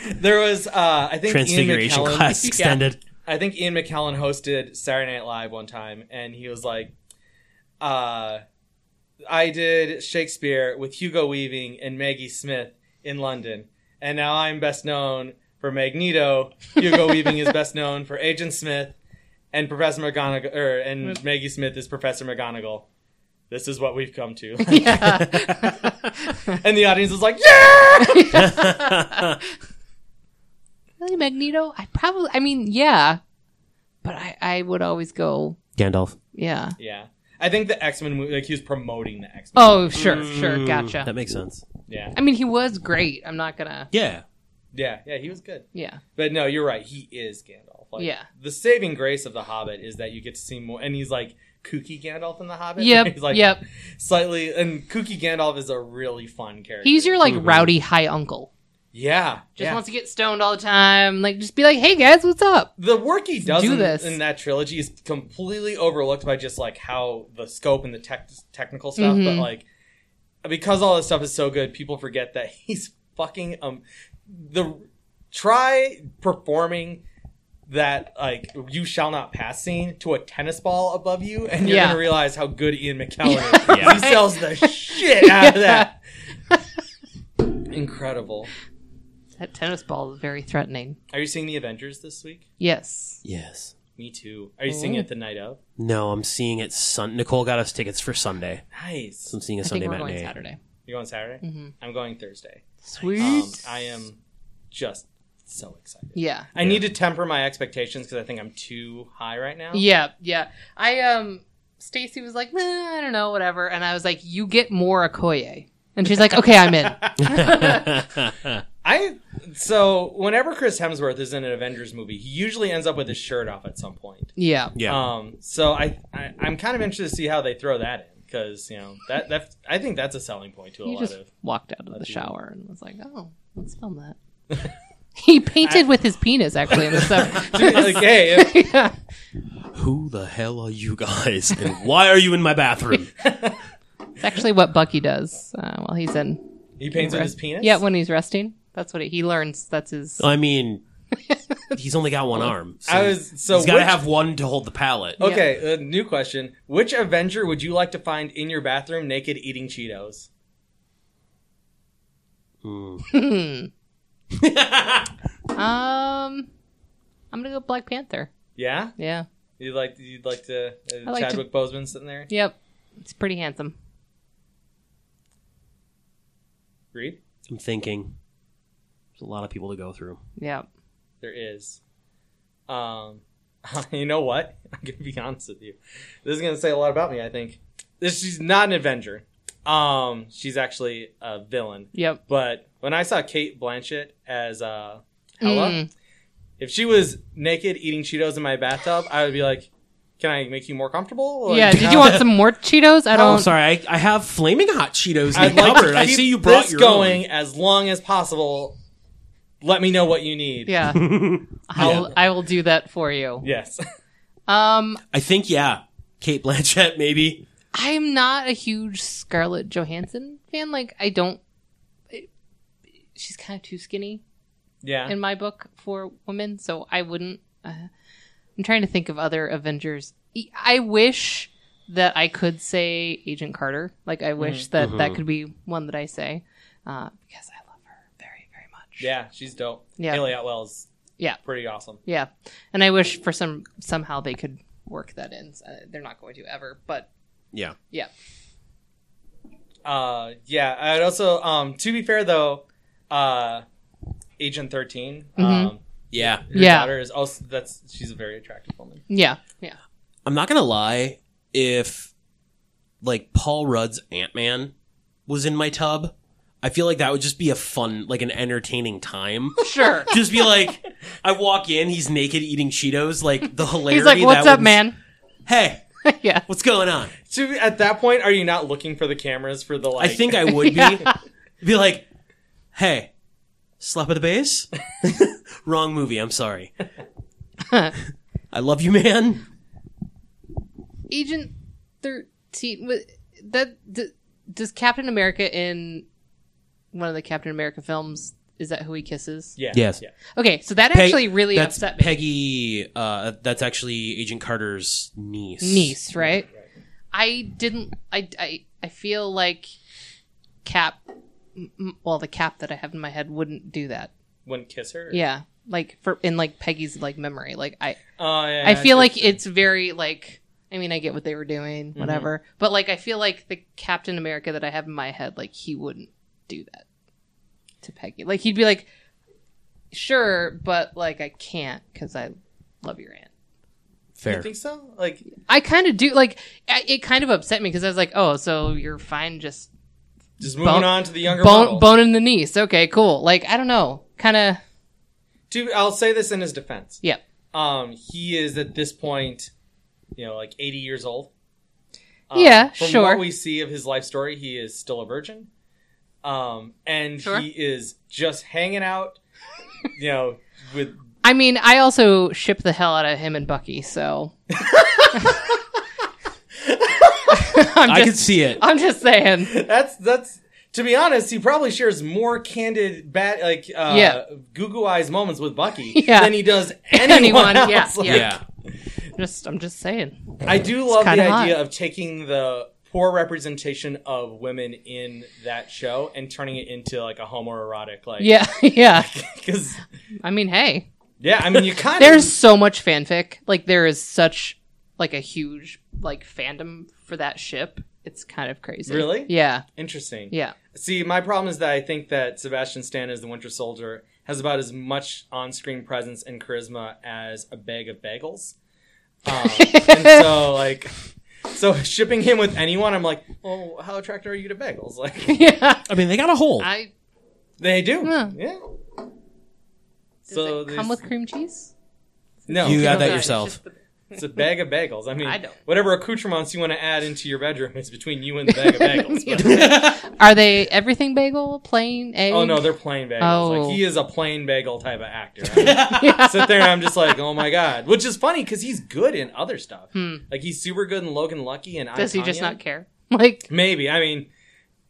There was, uh, I think, Ian
Transfiguration
McKellen-
class
*laughs* Yeah.
extended.
*laughs*
I think Ian McKellen hosted Saturday Night Live one time, and he was like, uh, "I did Shakespeare with Hugo Weaving and Maggie Smith in London, and now I'm best known for Magneto. Hugo Weaving is best known for Agent Smith, and Professor McGonagall, er, and Maggie Smith is Professor McGonagall. This is what we've come to." *laughs* and the audience is like, "Yeah!"
*laughs* really, Magneto? I probably, I mean, yeah. But I, I would always go,
Gandalf.
yeah.
Yeah, I think the X Men movie, like he was promoting the X Men.
Oh, sure,
Hmm. Mm.
sure,
That
gotcha.
makes sense.
Yeah,
I mean, he was great. I'm not gonna,
Yeah.
yeah, yeah, he was good. *laughs*
yeah.
But no, you're right. He is Gandalf. Like,
Yeah.
The saving grace of the Hobbit is that you get to see more, and he's like kooky Gandalf in the Hobbit.
Yep,
*laughs* he's like
yep.
slightly, and kooky Gandalf is a really fun character.
He's your, like, rowdy high uncle.
Yeah.
Just
yeah.
wants to get stoned all the time. Like, just be like, hey guys, what's up?
the work he does
Do
in,
this.
in that trilogy is completely overlooked by just like how the scope and the tech- technical stuff, but
Mhm.
like because all this stuff is so good, people forget that *laughs* he's fucking um the try performing that like you shall not pass scene to a tennis ball above you, and you're
Yeah.
gonna realize how
*laughs*
good Ian McKellen is.
Yeah.
He sells the shit out of
*laughs*
that. Incredible.
That tennis ball is very threatening.
Are you seeing the Avengers this week?
Yes.
Yes.
Me too. Are you seeing it the night of?
No, I'm seeing it. Sun- Nicole got us tickets for Sunday.
Nice.
So I'm seeing a
I
Sunday
think we're
matinee.
going Saturday.
You going Saturday?
Mm-hmm.
I'm going Thursday.
Sweet.
Um, I am just so excited.
yeah.
I need to temper my expectations because I think I'm too high right now.
Yeah, yeah. I um Stacy was like, nah, I don't know, whatever. And I was like, you get more Okoye. And she's like, okay, I'm
*laughs*
in. *laughs*
I so whenever Chris Hemsworth is in an Avengers movie, he usually ends up with his shirt off at some point.
Yeah.
*laughs* yeah.
Um, so I, I I'm kind of interested to see how they throw that in because you know that that I think that's a selling point to a
He
lot
just
of. *laughs*
walked out of the
That's you.
shower and was like, oh, let's film that.
*laughs*
he painted with his penis, actually, in the
Dude,
summer.
like, hey, if-
yeah.
Who the hell are you guys, and why are you in my bathroom?
It's actually what Bucky does uh, while he's in.
he paints with his
rest-
penis.
Yeah, when he's resting. That's what he, he learns. That's his.
I
*laughs*
mean, he's only got one arm. So
I was so
he's got to
which-
have one to hold the pallet.
Yeah.
Okay, uh, new question. Which Avenger would you like to find in your bathroom naked eating Cheetos?
Hmm.
Oh.
*laughs* Um, I'm going to go Black Panther. *laughs*
Yeah?
Yeah.
You'd like you'd like to uh,
I like to-
Chadwick Boseman sitting there?
Yep. It's pretty handsome.
Read?
I'm thinking. There's a lot of people to go through.
Yeah.
There is. Um *laughs* you know what? *laughs* I'm going to be honest with you. This is going to say a lot about me, I think. This she's not an Avenger. Um she's actually a villain.
Yep.
But when I saw Kate Blanchett as uh Hella,
Mm.
if she was naked eating Cheetos in my bathtub, I would be like, "Can I make you more comfortable?" Like,
Yeah. Did you
how-
want some more Cheetos? I
Oh,
don't.
sorry. I, I have flaming hot Cheetos
I'd
in the
like
cupboard.
to
I
keep
see you brought
this
your
going
own.
as long as possible. Let me know what you need.
Yeah.
*laughs*
I'll, I will do that for you.
Yes. *laughs*
Um,
I think yeah. Kate Blanchett, maybe.
I'm not a huge Scarlett Johansson fan. Like, I don't. I- She's kind of too skinny
Yeah.
in my book for women, so I wouldn't. Uh, I'm trying to think of other Avengers. E- I wish that I could say Agent Carter. Like, I wish that that could be one that I say uh, because I love her very, very much.
yeah, she's dope.
Yeah.
Haley Atwell's
Yeah.
pretty awesome.
Yeah, and I wish for some somehow they could work that in. Uh, they're not going to ever, but
Yeah.
yeah,
Uh yeah, I'd also um to be fair though, uh Agent 13, um
Yeah.
her
Mm-hmm. Yeah.
daughter is also that's she's a very attractive woman.
yeah, yeah.
I'm not gonna lie. If like Paul Rudd's Ant Man was in my tub, I feel like that would just be a fun, like an entertaining time.
Sure.
just be like, I walk in, he's naked eating Cheetos. Like the hilarity.
He's like, "What's
that
up,
would-
man?" *laughs*
Hey,
yeah,
what's going on?
To be, at that point, are you not looking for the cameras for the
I
like
think *laughs* I would be.
Yeah.
Be like, hey, slap of the bass? *laughs* Wrong movie, I'm sorry. I love you, man.
Agent Thirteen. wa- That d- does Captain America in one of the Captain America films? Is that who he kisses?
Yeah.
Yes.
Yeah.
Okay, so that
Peg-
actually really
that's
upset me.
Peggy. Uh, that's actually Agent Carter's niece.
niece, right? I didn't. I, I I feel like Cap. m- m- Well, the Cap that I have in my head wouldn't do that.
Wouldn't kiss her.
Yeah, like for in like Peggy's like memory. Like I,
Oh yeah.
I feel
see.
like it's very like. I mean, I get what they were doing, whatever. But like, I feel like the Captain America that I have in my head, like he wouldn't do that to Peggy. Like he'd be like, "Sure, but like I can't because I love your aunt."
Fair.
You think so? Like
I kind of do like I- it. Kind of upset me because I was like, "Oh, so you're fine, just
just moving
Bone-
on to the younger
bone
model.
bone in the niece." Okay, cool. Like I don't know, kind of
To, I'll say this in his defense.
yeah.
Um, he is at this point, you know, like 80 years old. Um,
Yeah,
from
sure.
What we see of his life story, he is still a virgin. Um, and
Sure.
he is just hanging out, you know, with
I mean, I also ship the hell out of him and Bucky,
*laughs*
so. I'm
I
just,
could see it.
I'm just saying.
that's that's to be honest, he probably shares more candid, bad, like uh,
Yeah.
Goo Eyes moments with Bucky
*laughs* Yeah.
than he does anyone,
Anyone,
else.
yeah,
Like,
yeah.
Yeah.
Just, I'm just saying.
I do love the
kinda hot.
idea of taking the poor representation of women in that show and turning it into like a homoerotic, like
Yeah, *laughs* yeah.
because
I mean, hey,
yeah, I mean you kind
there's
of
so much fanfic. Like, there is such like a huge like fandom for that ship. It's kind of crazy.
Really?
Yeah,
interesting.
yeah. *laughs*
See, my problem is that I think that Sebastian Stan as the Winter Soldier has about as much on-screen presence and charisma as a bag of bagels. Um,
*laughs*
and so, like, so shipping him with anyone, I'm like, well, how attracted are you to bagels? *laughs* Like,
yeah.
I mean, they got a hole. *laughs*
I
they do,
Huh.
yeah.
does
So
it
there's-
come with cream cheese?
No,
You got
No,
that
it's
yourself.
just the-
it's a bag of bagels. I mean,
I don't.
whatever accoutrements you want to add into your bedroom is between you and the
*laughs*
bag of bagels. but-
Are they everything bagel, plain egg?
*laughs* Oh no,
*laughs*
they're plain bagels.
Oh.
Like he is a plain bagel type of actor. *laughs* I sit there, and I'm just like, oh my god. Which is funny because he's good in other stuff. Like he's super good in Logan Lucky and I,
Hmm. Does he just
Tonya.
not care? Like,
Maybe I mean,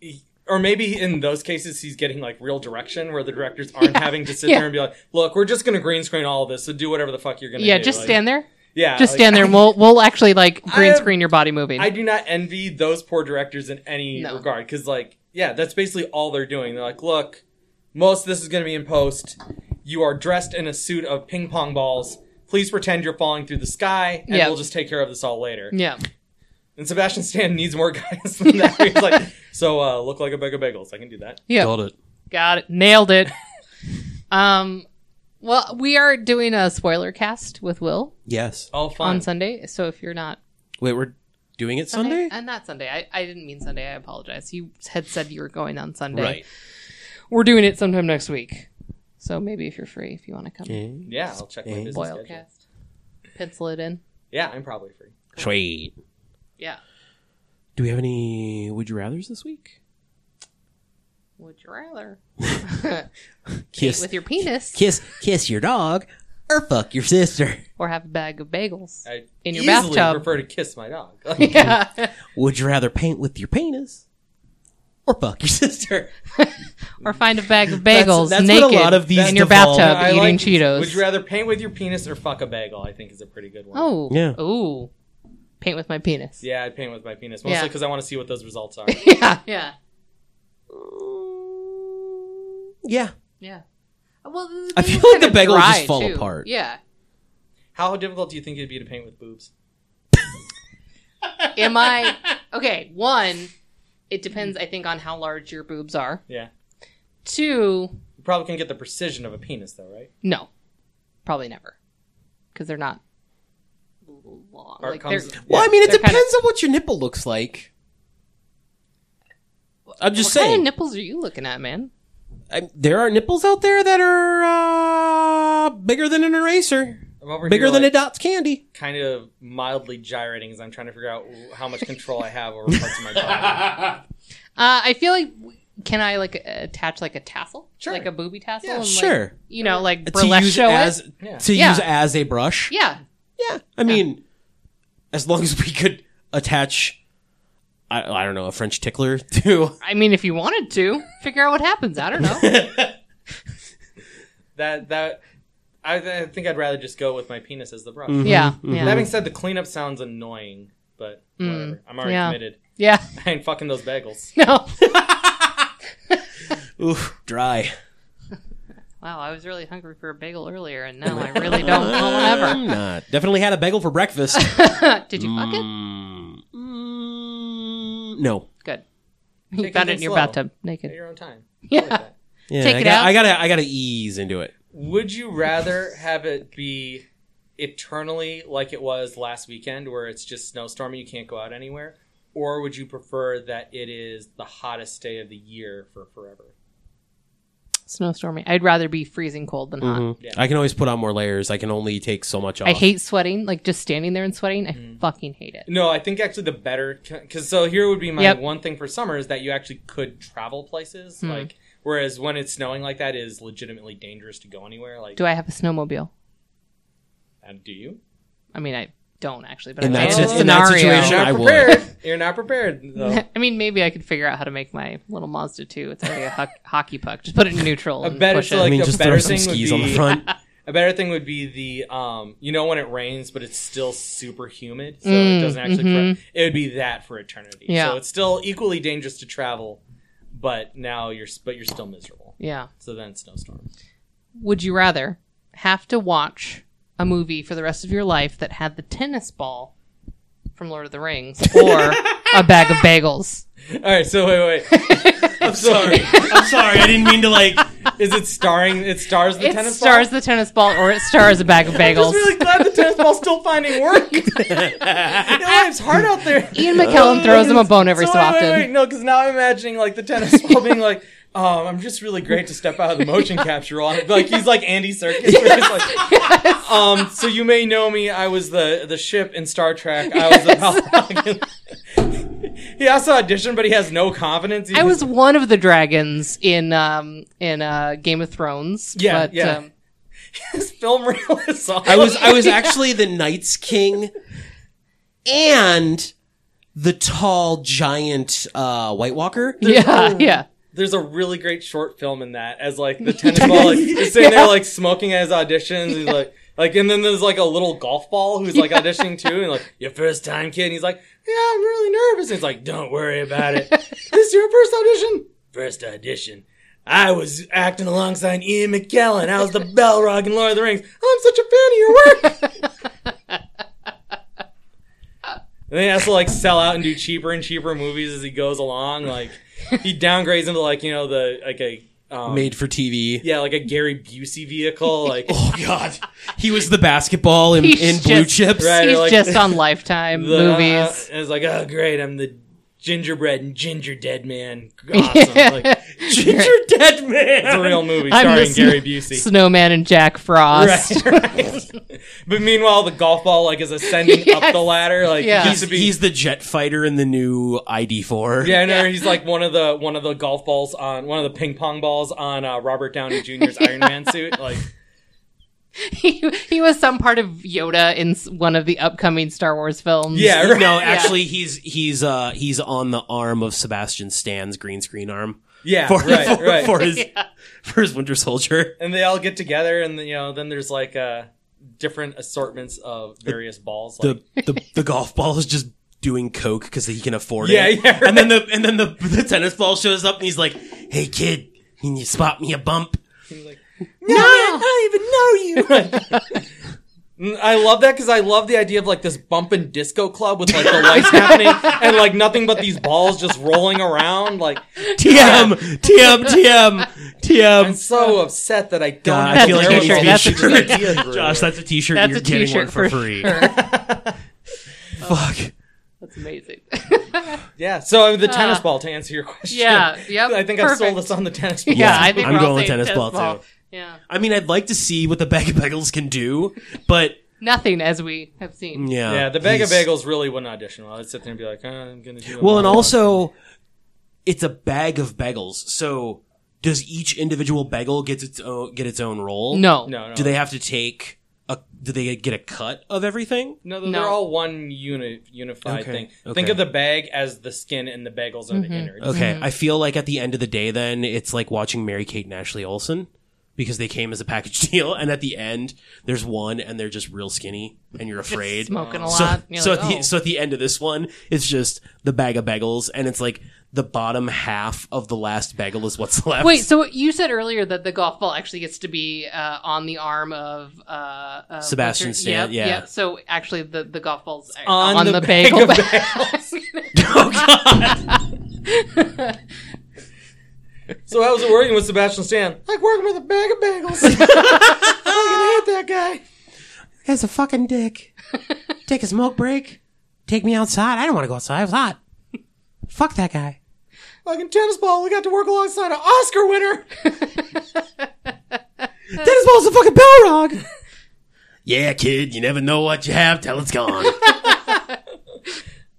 he- or maybe in those cases he's getting like real direction where the directors aren't having to sit
Yeah.
there and be like, look, we're just gonna green screen all of this, so do whatever the fuck you're gonna
yeah,
do.
just
Like,
stand there.
Yeah,
Just
like, *laughs*
stand there, and we'll we'll actually like green
I-
screen your body moving.
I do not envy those poor directors in any
No.
regard because, like, yeah, that's basically all they're doing. They're like, look, most of this is going to be in post. You are dressed in a suit of ping pong balls. Please pretend you're falling through the sky, and
Yeah.
we'll just take care of this all later.
yeah,
And Sebastian Stan needs more *laughs*
*laughs*
guys than that. He's like, so uh, look like a bag of bagels. I can do that.
yeah.
Got it.
Got it. Nailed
*laughs*
it. um, well, we are doing a spoiler cast with Will
Yes.
All
on
fun.
Sunday. So if you're not
Wait, we're doing it Sunday?
and not Sunday, I, I didn't mean Sunday. I apologize. You had said you were going on Sunday.
Right.
We're doing it sometime next week. So maybe if you're free, if you want to come,
yeah, I'll check my
Spoil
business
spoil
schedule.
cast, pencil it in.
Yeah, I'm probably free.
Sweet.
Yeah.
Do we have any would you rather's this week?
Would you rather eat *laughs*
Kiss
with your penis
kiss kiss your dog or fuck your sister.
or have a bag of bagels?
I
In your
easily
bathtub.
prefer to kiss my dog.
*laughs*
*laughs*
yeah.
Would you rather paint with your penis or fuck your *laughs* sister?
or find a bag of bagels
that's what a
naked
lot of these
in your
devolve-
bathtub
I
eating
like-
Cheetos.
Would you rather paint with your penis or fuck a bagel? I think is a pretty good one.
Oh.
Yeah.
Ooh. Paint with my penis.
Yeah, I'd paint with my penis.
Yeah.
Mostly because I want to see what those results are.
*laughs*
*laughs*
Yeah. Yeah.
Yeah.
Yeah. Well,
I feel like the bagel would just fall apart.
Yeah.
How difficult do you think it'd be to paint with boobs?
Am
*laughs*
I okay? One, it depends. I think on how large your boobs are.
Yeah.
Two,
You probably can get the precision of a penis, though, right?
no, probably never, because they're not long.
Or it
Like,
comes-
they're-
Well, I mean, it
They're kinda-
depends on what your nipple looks like. I'm just
what kind
saying.
of nipples are you looking at, man?
I- there are nipples out there that are uh, bigger than an eraser,
I'm over
bigger
here,
than
like,
a dot's candy.
kind of mildly gyrating as I'm trying to figure out how much control I
*laughs*
have over parts of my body.
Uh, I feel like can I like attach like a tassel,
Sure.
like a booby tassel?
Yeah,
and, like,
sure.
you know, like
To
burlesque
use
show it?
as
Yeah.
to
Yeah.
use as a brush.
Yeah,
Yeah. I mean, as long as we could attach, I, I don't know, a French tickler *laughs* to.
I mean, if you wanted to, figure out what happens. I don't
*laughs*
know.
That that I, I think I'd rather just go with my penis as the brush.
Mm-hmm.
yeah,
Mm-hmm. That
yeah,
being said, the cleanup sounds annoying, but whatever. I'm already
Mm, Yeah.
committed. *laughs*
yeah. *laughs*
I ain't fucking those bagels.
No.
Oof, dry.
Wow, I was really hungry for a bagel earlier, and now I *laughs* really don't want
I'm not. Definitely had a bagel for
*laughs*
breakfast.
ever. Did you fuck it?
Mm, mm, no.
Good. You
Take
found
it
it in your
slow.
bathtub,
At
naked.
your
*laughs*
own time. I
Yeah.
Like that.
Yeah,
Take
I
it
got-
out.
I gotta, I gotta ease into it.
Would you rather have it be eternally like it was last weekend, where it's just snowstorm and you can't go out anywhere, or would you prefer that it is the hottest day of the year for forever?
snowstorming. I'd rather be freezing cold than hot.
Mm. I can always put on more layers. I can only take so much off.
Mm. I hate sweating, like just standing there and sweating. I
Mm.
fucking hate it.
No, I think actually the better because so here would be my
Yep. Hmm.
one thing for summer is that you actually could travel places like whereas when it's snowing like that it is legitimately dangerous to go anywhere like
Do I have a snowmobile?
and do you
I mean, I don't actually, but
In
I mean,
that si-
it's a
in that situation,
scenario.
you're not
I would.
prepared you're not prepared
*laughs*
though.
I mean, maybe I could figure out how to make my little Mazda 2. It's already a ho- *laughs* hockey puck. Just put it in neutral
I
and
bet
push
it's
it.
I
like
mean,
a
just
better
throw some
thing would
skis on the
be- *laughs*
front.
a better thing would be the um you know when it rains but it's still super humid so it
Mm,
doesn't actually
mhm.
fro- it would be that for eternity
Yeah.
so it's still equally dangerous to travel but now you're s- but you're still miserable
yeah.
so then snowstorm *laughs*
Would you rather have to watch a movie for the rest of your life that had the tennis ball from Lord of the
*laughs*
Rings or a bag of bagels?
all right so wait
*laughs*
wait
I'm sorry. I'm sorry. I didn't mean to like.
Is it starring? It stars the
It
tennis
stars
ball.
the tennis ball or it stars a
*laughs*
bag of bagels.
I'm just really glad the tennis ball's still finding work. *laughs* you know, it's hard out there. Oh,
Ian McKellen throws him a bone every so
wait,
often.
Wait, wait, no, because now I'm imagining like the tennis
*laughs*
ball being like, um, I'm just really great to step out of the motion capture role. And, Like he's like Andy Serkis. where he's
*laughs*
like, *laughs* um, so you may know me. I was the the ship in Star Trek. I was the Balrog. *laughs* he also auditioned, but he has no confidence. He
I
just-
was one of the dragons in um in uh Game of Thrones.
Yeah,
but,
yeah.
Um, *laughs*
this *laughs* film reel is all-
I was. I was actually the Knights King, and the tall giant uh, White Walker.
yeah, yeah.
there's a really great short film in that as like the tennis ball like is sitting there like smoking at his auditions. He's like like and then there's like a little golf ball who's like auditioning too and like your first time kid and he's like, Yeah, I'm really nervous. And he's like, Don't worry about it. this is your first audition? First audition. I was acting alongside Ian McKellen. I was the Belrog in Lord of the Rings. I'm such a fan of your work. And then he has to like sell out and do cheaper and cheaper movies as he goes along. Like he downgrades into like you know the like a um,
Made for TV.
yeah like a Gary Busey vehicle like
Oh God, he was the basketball in,
He's
in blue
just-
chips. *laughs*
Right.
He's
like-
just on Lifetime
*laughs* the- uh,
movies.
and it's like oh great, I'm the gingerbread and ginger dead man. Awesome, like it's
Ginger Dead Man.
a real movie
I'm the
starring
sn-
Gary Busey.
Snowman and Jack Frost.
*laughs* Right, right. but meanwhile, the golf ball like is ascending up the ladder. Like
Yeah.
He's,
used to be-
he's the jet fighter in the new ID4.
Yeah, I know he's like one of the one of the golf balls on one of the ping pong balls on uh, Robert Downey Jr.'s Iron Man suit. Like,
*laughs* he, he was some part of Yoda in s- one of the upcoming Star Wars films.
yeah, right.
No, actually, he's he's uh he's on the arm of Sebastian Stan's green screen arm
yeah,
for
right,
for,
right.
for his for his Winter Soldier.
and they all get together, and you know, then there's like uh, different assortments of various balls. Like,
The the, the golf ball is just doing coke because he can afford
Yeah,
it.
yeah, right.
And then the and then the, the tennis ball shows up and he's like, "Hey kid, can you spot me a bump?"
he's like,
No, I
*laughs*
don't even know you.
Mm, I love that because I love the idea of like this bumping disco club with like the
*laughs*
lights happening and like nothing but these balls just rolling around. Like,
*laughs* TM TM TM
I'm
TM. *laughs*
so upset that I don't.
God, I
have
feel like
a
that
the
needs to be a
That's a
*laughs* shirt.
idea, Drew.
Josh, that's a T-shirt.
That's
You're
a
getting one
t-shirt
for
for
free. *laughs*
sure.
Fuck.
That's amazing. *laughs*
yeah. So the tennis
Ah.
ball to answer your question. *laughs*
yeah, yep.
I think I sold
perfect.
us on
*laughs*
the tennis ball.
Yeah,
Yeah,
I think
I'm
we're all
going with
saying
tennis ball, too.
Yeah,
I mean, I'd like to see what the bag of bagels can do, but
nothing as we have seen.
yeah,
Yeah, the bag of
he's-
bagels really wouldn't audition well. I'd sit there and be like, "Uh, I'm gonna do. a
Well, and
monologue."
also, it's a bag of bagels. So, does each individual bagel get its own get its own roll?
No,
no, no,
Do they have to take a? Do they get a cut of everything?
No, they're
No.
all one unit, unified
Okay,
thing.
okay.
Think of the bag as the skin, and the bagels are
Mm-hmm.
the innards.
Okay, I feel like at the end of the day, then it's like watching Mary Kate and Ashley Olsen because they came as a package *laughs* deal, and at the end, there's one, and they're just real skinny, and you're afraid.
smoking a
So,
lot. You're
so,
like,
at the,
oh.
so at the end of this one, it's just the bag of bagels, and it's like the bottom half of the last bagel is what's *laughs* left.
Wait, so you said earlier that the golf ball actually gets to be uh, on the arm of uh, uh,
Sebastian
Buster-
Stan,
Yep,
yeah.
yep. So actually, the the golf ball's
On
on,
the
the,
bag
bagel.
of
bag.
oh god!
So I was it working with Sebastian Stan? Like working with a bag of
*laughs*
bagels. I fucking hate that guy.
That's a
*laughs*
fucking dick. Take a smoke break. Take me outside. I don't want to go outside. It was hot. Fuck that guy.
Fucking tennis ball. We got to work alongside an Oscar winner. That as well as a fucking Balrog.
*laughs* Yeah, kid, you never know what you have till it's
*laughs*
gone.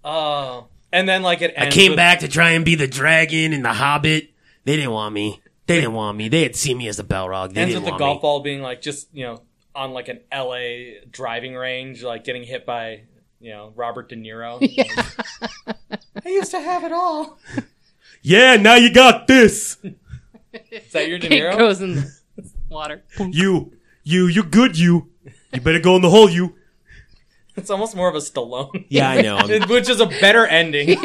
Oh, and then like it.
I
ends
came
with-
back to try and be the dragon and the hobbit. They didn't want me. They didn't want me. They had seen me as the Balrog. They
ends
didn't
with the
want
golf
me.
ball being like just you know on like an LA driving range, like getting hit by you know Robert De Niro. I used to have it all.
Yeah, now you got this.
Is that your De
*laughs* It
Niro?
goes in
*laughs*
the water.
You, you, you good, you. You better go in the hole, you.
It's almost more of a Stallone,
Yeah, I know.
*laughs*
I'm
which is a better ending.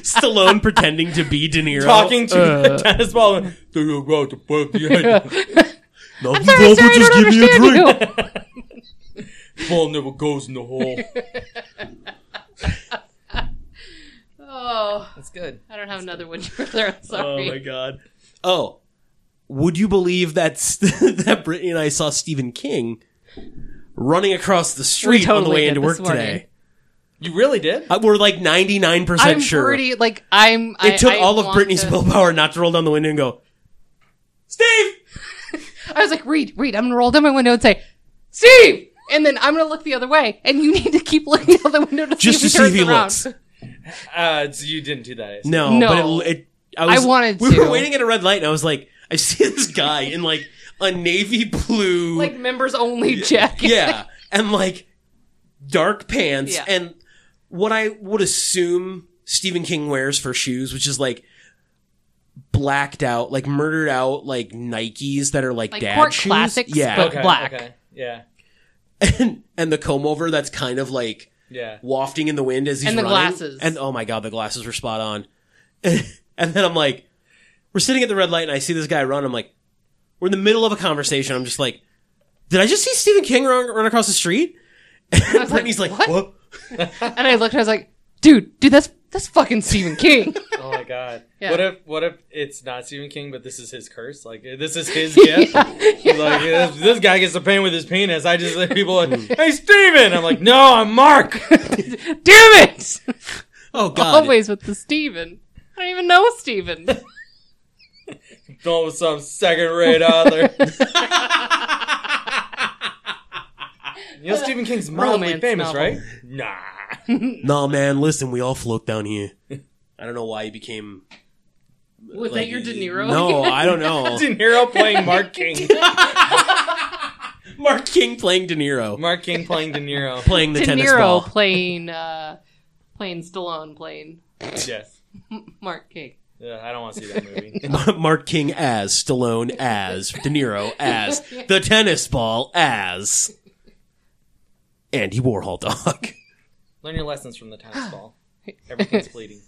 Stallone pretending to be De Niro.
Talking to the tennis ball. and, "Do you go to play the end?
No, you
Sorry,
don't,
sorry, I
just
don't
give me a
understand
drink.
you.
Ball never goes in the hole.
Oh,
That's good.
I don't have another one *laughs* further. I'm
Oh
sorry.
god. Oh, would you believe that *laughs* that Brittany and I saw Stephen King running across the street
totally
on the way
did
into
this
work today?
You really did.
Uh, We're like ninety nine
I'm
percent sure.
pretty like I'm. I,
it took
I
all of
want
Brittany's
to-
willpower not to roll down the window and go, Steve.
I was like, read, read. I'm gonna roll down my window and say, Steve, and then I'm gonna look the other way, and you need to keep *laughs* looking out the window to
Just
see if
to
he turns
see if he
around.
looks.
Uh, so you didn't do that. I assume.
No,
No.
but it, it,
I
I, was,
wanted
We
to.
were waiting at a red light, and I was like, I see this guy in like a navy blue,
*laughs* Like members only *laughs* jacket.
yeah, and like dark pants,
Yeah.
and what I would assume Stephen King wears for shoes, which is like blacked out, like murdered out, like Nikes that are like,
Like
dad
court
shoes,
classics,
yeah,
but-
Okay,
Black.
Okay. Yeah.
and *laughs* and the comb over that's kind of like
Yeah.
wafting in the wind as he's
And the
running.
glasses.
And oh my god, the glasses were spot on. *laughs* and then I'm like, we're sitting at the red light, and I see this guy run. I'm like, we're in the middle of a conversation. I'm just like, did I just see Stephen King run, run across the street? *laughs*
And I was
Brittany's like,
what?
what?
And I looked, and I was like, dude, dude, that's that's fucking Stephen
*laughs*
King.
Oh my god.
*laughs* Yeah.
What if what if it's not Stephen King, but this is his curse? Like uh, this
*laughs*
is his gift. He's like this, this guy gets the pain with his penis. I just like *laughs* people are like, hey Steven! I'm like, no, I'm Mark.
Damn it! *laughs*
Oh god,
Always with the Steven. I don't even know
*laughs*
Steven.
Don't with some
*laughs*
second rate author. you know Stephen King's mildly
Romance
famous,
novel.
right? Nah. *laughs*
nah, man. Listen, we all float down here. *laughs* I don't know why he became.
Was
like,
that your De Niro? *laughs*
No, I don't know.
De Niro playing Mark King.
Mark King playing De Niro,
Mark King playing
*laughs*
De Niro.
playing the
De
tennis
Niro
ball.
playing uh, playing Stallone playing
Yes.
Mark King.
Yeah, I don't want to see that movie.
Mark King as Stallone as De Niro as the tennis ball as Andy Warhol dog. *laughs*
Learn your lessons from the tennis
*sighs*
ball. Everything's bleeding.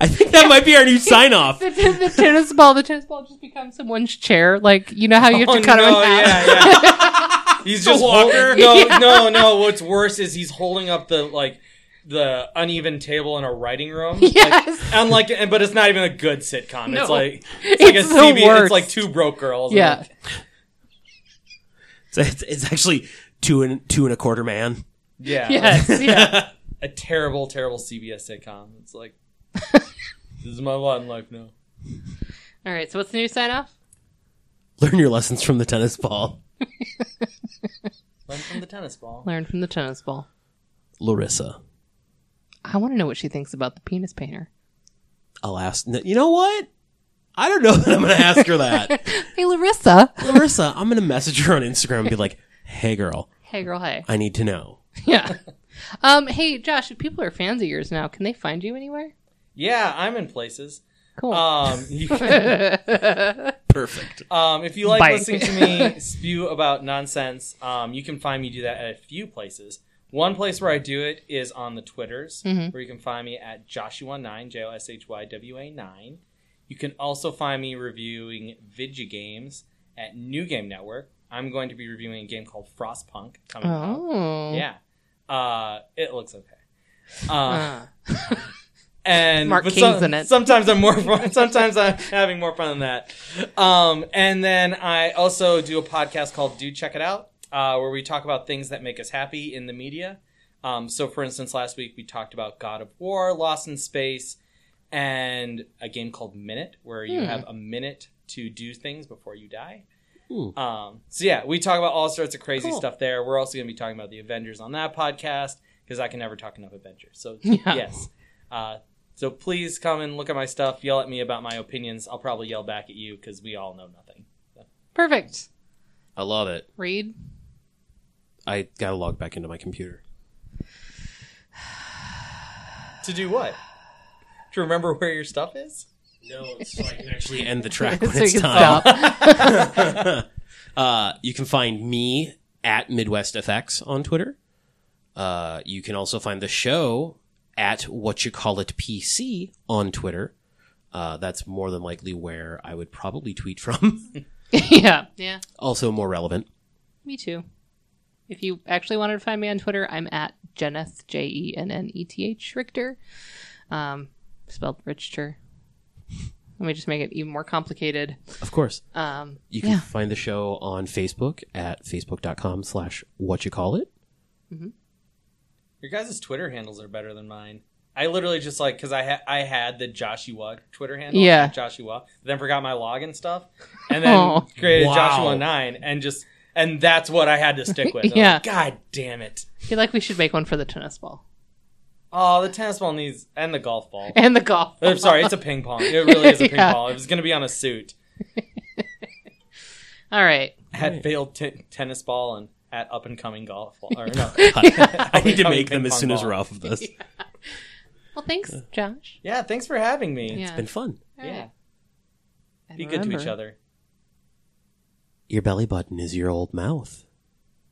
I think that might be our new sign *laughs* off.
The, ten- the tennis ball. The tennis ball just becomes someone's chair. Like you know how you have to
Oh,
cut him
no,
in half. *laughs*
Yeah, yeah. He's just
walker?
Hold, no,
Yeah.
no, no. What's worse is he's holding up the like the uneven table in a
*laughs*
writing room.
Yes.
Like, and like, and, but it's not even a good sitcom.
No.
It's like it's like
It's
a
the
CB. It's
worst.
like two broke girls.
Yeah.
Like,
So it's, it's actually two and two and a quarter man.
yeah.
Yes.
*laughs*
Yeah.
Like, a terrible, terrible CBS sitcom.
*laughs*
It's like this is my lot in life now.
All right. So what's the new sign off?
Learn your lessons from the tennis ball,
Learn from the tennis ball.
Learn from the tennis ball.
Larissa.
I want to know what she thinks about the penis painter.
I'll ask. You know what? I don't know *laughs* that I'm going to ask her *laughs* that.
Hey, Larissa.
Larissa, I'm going to message her on Instagram and be like, "Hey, girl,
Hey, girl. Hey.
I need to know."
*laughs* Yeah. Um. Hey, Josh. If people are fans of yours now, can they find you anywhere?
Yeah, I'm in places.
Cool. *laughs*
Um, you can
Oh.
Perfect.
Um, if you like
Bye.
listening to me spew about nonsense, um, you can find me do that at a few places. One place where I do it is on the Twitters, where you can find me at Joshua9, J O S H Y W A 9. You can also find me reviewing video games at New Game Network. I'm going to be reviewing a game called Frostpunk coming
oh.
out. Yeah. Uh, it looks okay. Uh,
Uh,
and
Mark
but
King's in it.
Sometimes I'm more fun. *laughs* Sometimes I'm having more fun than that. Um, and then I also do a podcast called "Do Check It Out," uh, where we talk about things that make us happy in the media. Um, so, for instance, last week we talked about God of War, Lost in Space, and a game called Minute, where
Hmm.
you have a minute to do things before you die.
Ooh.
Um, so yeah, we talk about all sorts of crazy
Cool.
stuff there. We're also going to be talking about the Avengers on that podcast because I can never talk enough Avengers. So
*laughs* Yeah.
yes, uh, so please come and look at my stuff. Yell at me about my opinions. I'll probably yell back at you because we all know nothing.
Perfect.
I love it.
Read.
I gotta log back into my computer.
To do what? To remember where your stuff is?
No, it's so I can
*laughs*
actually end the track when
So
it's
you can
time.
*laughs*
stop.
*laughs* Uh, you can find me at MidwestFX on Twitter. Uh, you can also find the show at what you call it PC on Twitter. Uh, that's more than likely where I would probably tweet from. *laughs*
yeah. Yeah.
also more relevant.
Me too. If you actually wanted to find me on Twitter, I'm at Jenneth J E N N E T H Richter, um, spelled Richter. Let me just make it even more complicated.
Of course.
Um,
You can
Yeah.
find the show on Facebook at facebook.com slash what you call it.
*laughs*
Your guys' Twitter handles are better than mine. I literally just like because I ha- I had the Joshua Twitter handle,
Yeah.
at Joshua. Then forgot my login stuff, and then
Oh.
created
Wow.
Joshua Nine, and just and that's what I had to
*laughs*
stick with. I'm like,
Yeah.
God damn it!
I feel like we should make one for the tennis ball
Oh, the tennis ball needs and the golf ball.
and the golf.
I'm sorry, it's a ping pong. It
*laughs*
really is a ping
Yeah.
pong. It was gonna be on a suit.
All right.
At failed t- tennis ball and at up and coming golf ball. Or
*laughs*
no,
*laughs* I need to
Becoming
make them
ping
as
pong
soon as
ball.
we're off of this.
Well, thanks, Josh.
yeah. Thanks for having me.
Yeah.
It's been fun.
All
yeah.
right. And
Be good to
remember-
each other.
Your belly button is your old mouth.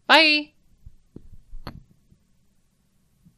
Bye.